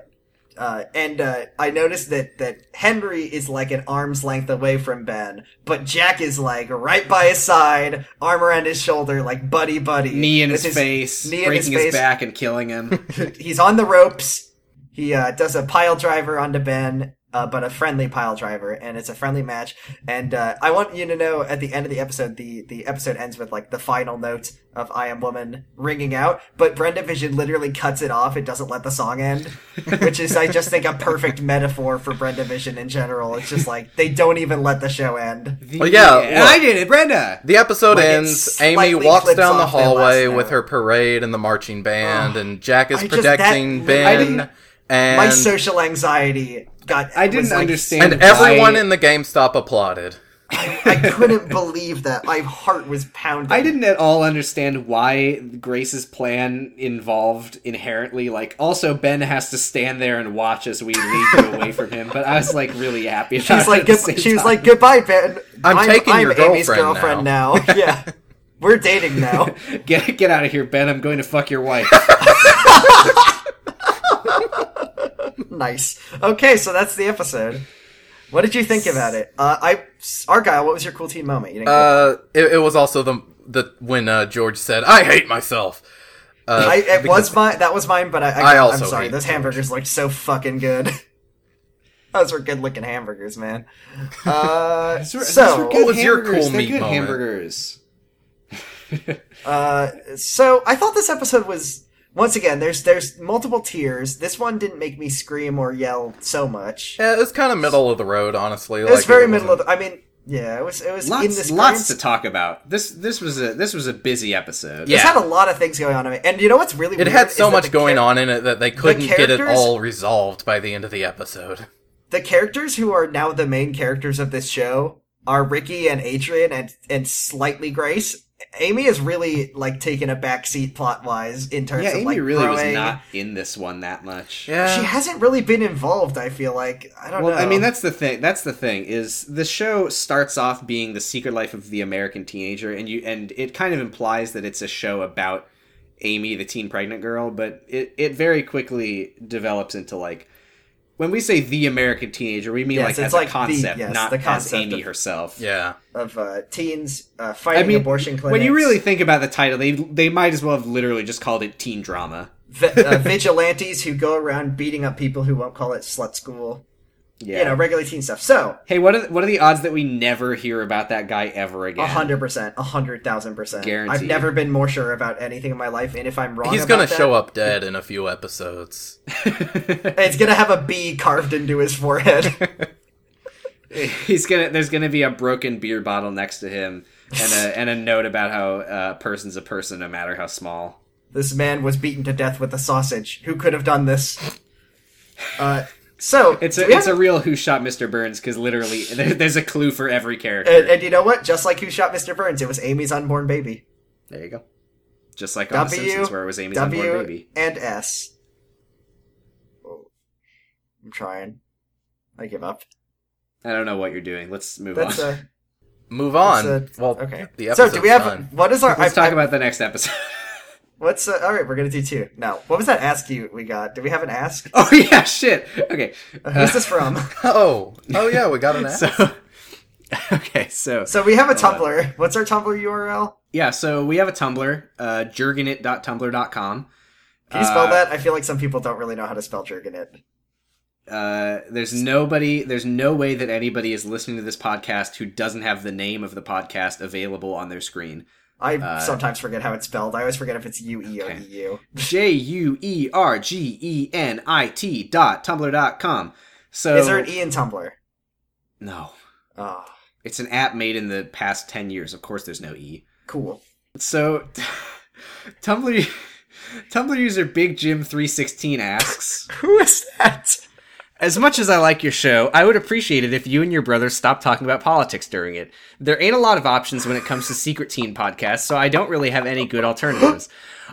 uh, and uh, I noticed that, that Henry is like an arm's length away from Ben, but Jack is like right by his side, arm around his shoulder, like buddy buddy.
knee in
with
his, face,
knee in his
breaking his,
face.
back, and killing
[LAUGHS]
him. [LAUGHS]
He's on the ropes. He uh, does a pile driver onto Ben, uh, but a friendly pile driver, and it's a friendly match. And uh, I want you to know at the end of the episode, the the episode ends with like the final note of "I Am Woman" ringing out, but Brenda Vision literally cuts it off. It doesn't let the
[LAUGHS]
song end, which is I just think a perfect metaphor for Brenda Vision in general. It's just like they don't even let the show end.
The
Well, yeah,
end.
look.
I did it, Brenda.
The episode
Like, it
ends. Amy
slightly
walks
clips
down the
off their last
hallway with
note.
her parade and the marching band, and Jack is
I just- that-
protecting
I
Ben.
didn't-
And
My social anxiety got.
I didn't
was, like,
understand.
and everyone
why-
in the GameStop applauded.
I couldn't believe that. My heart was pounding.
I didn't at all understand why Grace's plan involved inherently like also Ben has to stand there and watch as we lead you away from him. But I was like really happy. About
She's
it
like,
at the
good,
same
she was
time.
like, goodbye, Ben.
I'm taking your
Amy's girlfriend
girlfriend
now. yeah, we're dating now.
[LAUGHS] get get out of here, Ben. I'm going to fuck your wife.
nice. Okay, so that's the episode. What did you think about it? Uh, I Argyle, what was your cool teen moment? You didn't
Uh, it, it was also the the when uh, George said, "I hate myself." Uh,
I, it was my that was mine, but I, I,
I also
am sorry.
hate
Those hamburgers looked so fucking good. [LAUGHS] Those were good looking hamburgers, man.
[LAUGHS]
Uh,
These were- these
so
were
What was your
hamburgers.
cool
They're
meat
good
moment?
hamburgers?
Uh, so I thought this episode was once again, there's there's multiple tiers. This one didn't make me scream or yell so much.
Yeah, it's kind of middle of the road, honestly.
It was very middle of. The, I mean, yeah, it was it was in
Lots,
this
lots
current-
to talk about. This this was a this was a busy episode.
Yeah.
It's had a lot of things going on in it, and you know what's really
It
weird
had
is
so
that
much
the
going
char-
on in it that they couldn't get it
characters-
all resolved by the end of the episode.
The characters who are now the main characters of this show are Ricky and Adrian and and slightly Grace. Amy is really like taking a backseat plot wise in terms
yeah.
of
Amy
like
really was
growing.
not in this one that much.
Yeah,
She hasn't really been involved. I feel like I don't
Well,
know.
I mean, that's the thing. That's the thing is the show starts off being the secret life of the American teenager, and you and it kind of implies that it's a show about Amy, the teen pregnant girl, but it it very quickly develops into like when we say the American teenager, we mean
Yes,
like
it's
as
like
a
the-
concept,
yes,
not
the
as
concept
Amy
of-
herself.
yeah.
of uh, teens uh, fighting
mean,
abortion clinics.
When you really think about the title, they they might as well have literally just called it teen drama.
Vi-
[LAUGHS]
uh, vigilantes who go around beating up people who won't call it slut school.
Yeah.
You know, regular teen stuff. So
hey, what are the, what are the odds that we never hear about that guy ever
A
again?
hundred percent, a hundred thousand percent.
Guaranteed.
I've never been more sure about anything in my life, and if I'm wrong,
He's
about
gonna
that,
show up dead in a few episodes.
It's gonna have a
[LAUGHS]
B carved into his forehead. [LAUGHS]
He's gonna. There's gonna be a broken beer bottle next to him, and a and a note about how uh, person's a person, no matter how small.
this man was beaten to death with a sausage. Who could have done this? Uh, so
[LAUGHS] It's a
do we
it's a
have-
real who shot Mr. Burns because literally there, there's a clue for every character.
and, and you know what? Just like who shot Mr. Burns, it was Amy's unborn baby.
there you go. Just like on The
W
Simpsons, where it was Amy's
W
unborn baby.
and S. Oh, I'm trying. I give up.
I don't know what you're doing. Let's move
That's uh,
on.
a
Move on.
that's a-
well,
okay.
the
so
episode's
do we have
done. [LAUGHS]
what is our?
[LAUGHS] Let's
I- I-
talk about the next episode. [LAUGHS]
What's uh, all right? We're gonna do two. No, what was that ask you we got? Did we have
[LAUGHS]
an ask?
oh yeah, shit. Okay.
Uh, Who's this from?
Oh, oh yeah, we got
[LAUGHS]
an app.
So [LAUGHS] okay, so
So we have a Tumblr. What's our Tumblr URL?
yeah, so we have a Tumblr, uh, jurgenit.tumblr.com.
Can you spell
Uh,
that? I feel like some people don't really know how to spell Jurgenit.
Uh, there's nobody there's no way that anybody is listening to this podcast who doesn't have the name of the podcast available on their screen
I sometimes forget how it's spelled. I always forget if it's U E or
Uh, Okay.
E U.
E j-u-e-r-g-e-n-i-t dot tumblr dot com so
Is there an E in Tumblr?
no
Oh,
it's an app made in the past 10 years of course there's no e
cool.
so [LAUGHS] tumblr tumblr user big jim 316 asks
Who is that?
As much as I like your show, I would appreciate it if you and your brother stopped talking about politics during it. There ain't a lot of options when it comes to secret teen podcasts, so I don't really have any good alternatives.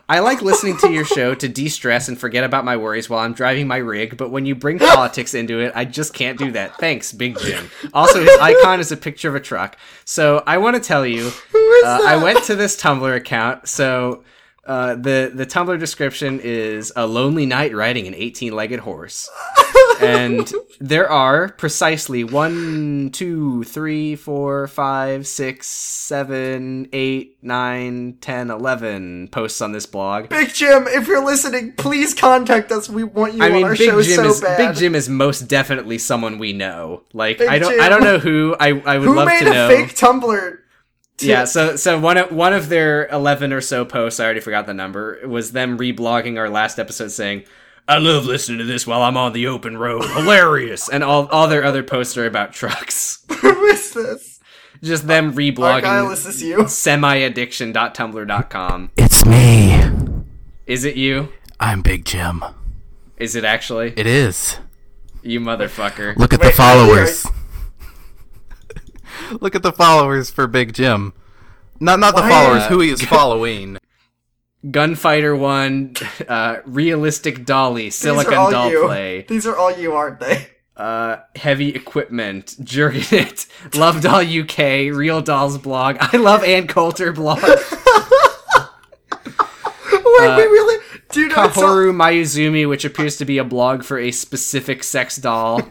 I like listening to your show to de stress and forget about my worries while I'm driving my rig, but when you bring politics into it, I just can't do that. Thanks, Big Jim. Also, his icon is a picture of a truck. So I want to tell you, uh, I went to this Tumblr account, so. Uh, the the Tumblr description is a lonely knight riding an eighteen legged horse
[LAUGHS]
and there are precisely one, two, three, four, five, six, seven, eight, nine, ten, eleven posts on this blog.
Big Jim, if you're listening, please contact us. We want you
I
on
mean,
our
Big
show
Jim
so
is
bad.
Big Jim is most definitely someone we know. Like
Big
I don't, I
Jim.
don't know who. I, I would
Who
love
made
to
a
know.
fake Tumblr? to-
Yeah, so so one of one of their eleven or so posts, I already forgot the number, was them reblogging our last episode saying, "I love listening to this while I'm on the open road,
[LAUGHS]
hilarious." And all all their other posts are about trucks,
[LAUGHS]
[LAUGHS]
Who is this?
just them
Argyle, is
reblogging
this you?
semiaddiction.tumblr.com.
It's me.
Is it you?
I'm Big Jim.
Is it actually
It is.
you, motherfucker?
Look at
Wait,
the followers. [LAUGHS] Look at the followers for Big Jim. Not not the followers. Who he
[LAUGHS]
is following?
Gunfighter one, [LAUGHS] uh, realistic dolly,
These
silicon
are all
doll
you.
play.
These are all you, aren't they? [LAUGHS]
uh, heavy equipment, jerking [LAUGHS] it, love doll UK, real dolls blog. I love Ann Coulter
[LAUGHS]
blog.
Wait,
Uh,
we really? Dude, it's all-
Kahoru Mayuzumi, which appears to be a blog for a specific sex doll.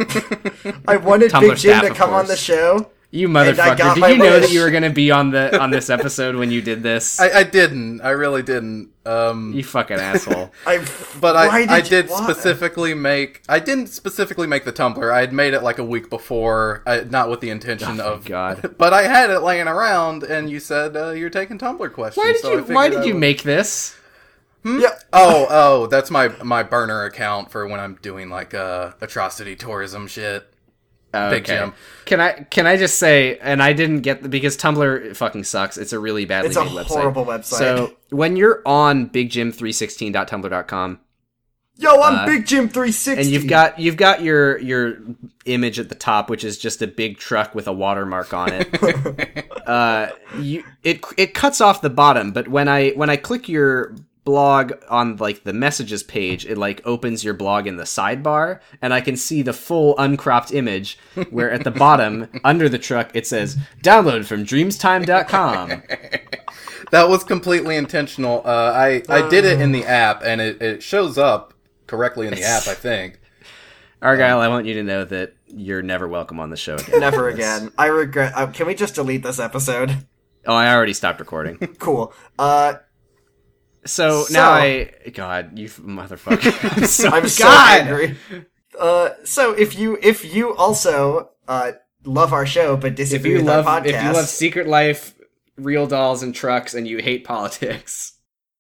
I wanted
Tumblr
Big Jim
staff,
to
of
come on
course.
the show.
You
I
motherfucker!
got
Did
my
you know that
wish.
you were gonna be on the on this episode when you did this?
I, I didn't. I really didn't. Um,
you fucking
[LAUGHS]
asshole.
I,
but
why
I I
you
did
want-
specifically make. I didn't specifically make the Tumblr. I had made it like a week before, uh, not with the intention of.
God.
[LAUGHS] But I had it laying around, and you said uh, you're taking Tumblr questions.
Why did
so I
you Why
figured
did
I
you
would-
make this?
Yeah.
Oh, oh, that's my my burner account for when I'm doing like uh atrocity tourism shit. Big
Okay.
Jim.
Can I can I just say? And I didn't get the, because Tumblr fucking sucks. It's a really badly
It's a
made website.
horrible website.
So when you're on bigjim316.tumblr.com
Yo, I'm
Uh,
Big Jim 360.
and
[LAUGHS]
you've got you've got your your image at the top, which is just a big truck with a watermark on it. uh, you, it it cuts off the bottom, but when I when I click your blog on like the messages page, it like opens your blog in the sidebar, and I can see the full uncropped image. Where at the bottom [LAUGHS] under the truck it says download from dreamstime.com.
That was completely intentional. Uh, I I did it in
Uh.
the app, and it, it shows up correctly in the app.
[LAUGHS]
I think.
Argyle, I want you to know that you're never welcome on the show again.
Never again. I regret. Uh, can we just delete this episode? [LAUGHS]
Oh, I already stopped recording.
Cool. Uh,
So,
So-
now I, God, you f-
[LAUGHS]
motherfucker! I'm so,
I'm so
God!
angry. Uh, so if you if you also uh love our show but
If
disagree
you
with
love,
our podcast,
if you love Secret Life, real dolls and trucks, and you hate politics,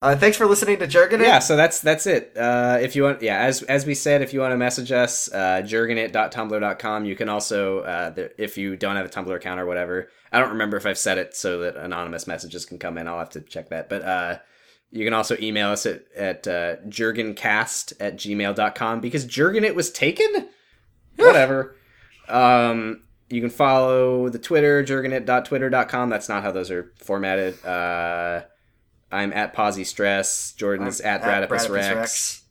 uh, thanks for listening to Jerkin.
yeah. So that's that's it. Uh, if you want, yeah, as as we said, if you want to message us, uh, jerganit.tumblr.com. You can also, uh, the, if you don't have a Tumblr account or whatever, I don't remember if I've said it so that anonymous messages can come in. I'll have to check that, but. uh you can also email us at, at uh, jergencast at gmail.com because Jergenit was taken? Whatever. Um, you can follow the Twitter, jergenit.twitter.com. That's not how those are formatted. Uh, I'm at Posy Stress. Jordan's at, Radipus Rex,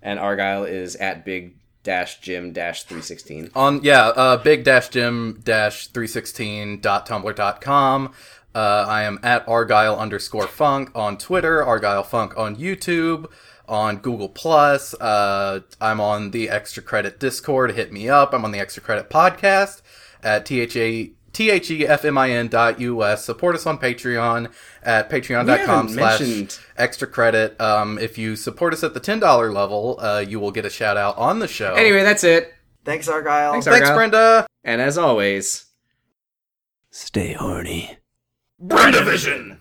And Argyle is at Big Dash Jim Dash 316.
On yeah, uh, big dash jim dash three sixteen dot tumblr dot com. Uh, I am at argyle underscore funk on Twitter, argyle funk on YouTube, on Google Plus. Uh, I'm on the Extra Credit Discord. Hit me up. I'm on the Extra Credit podcast at tha E thefmin dot us. Support us on Patreon at patreon.com
We haven't
slash
mentioned-
extra credit. Um, if you support us at the ten dollar level, uh, you will get a shout out on the show.
Anyway, that's it.
Thanks, Argyle.
Thanks,
thanks,
Argyle.
Brenda.
And as always,
Stay horny.
Brendavision!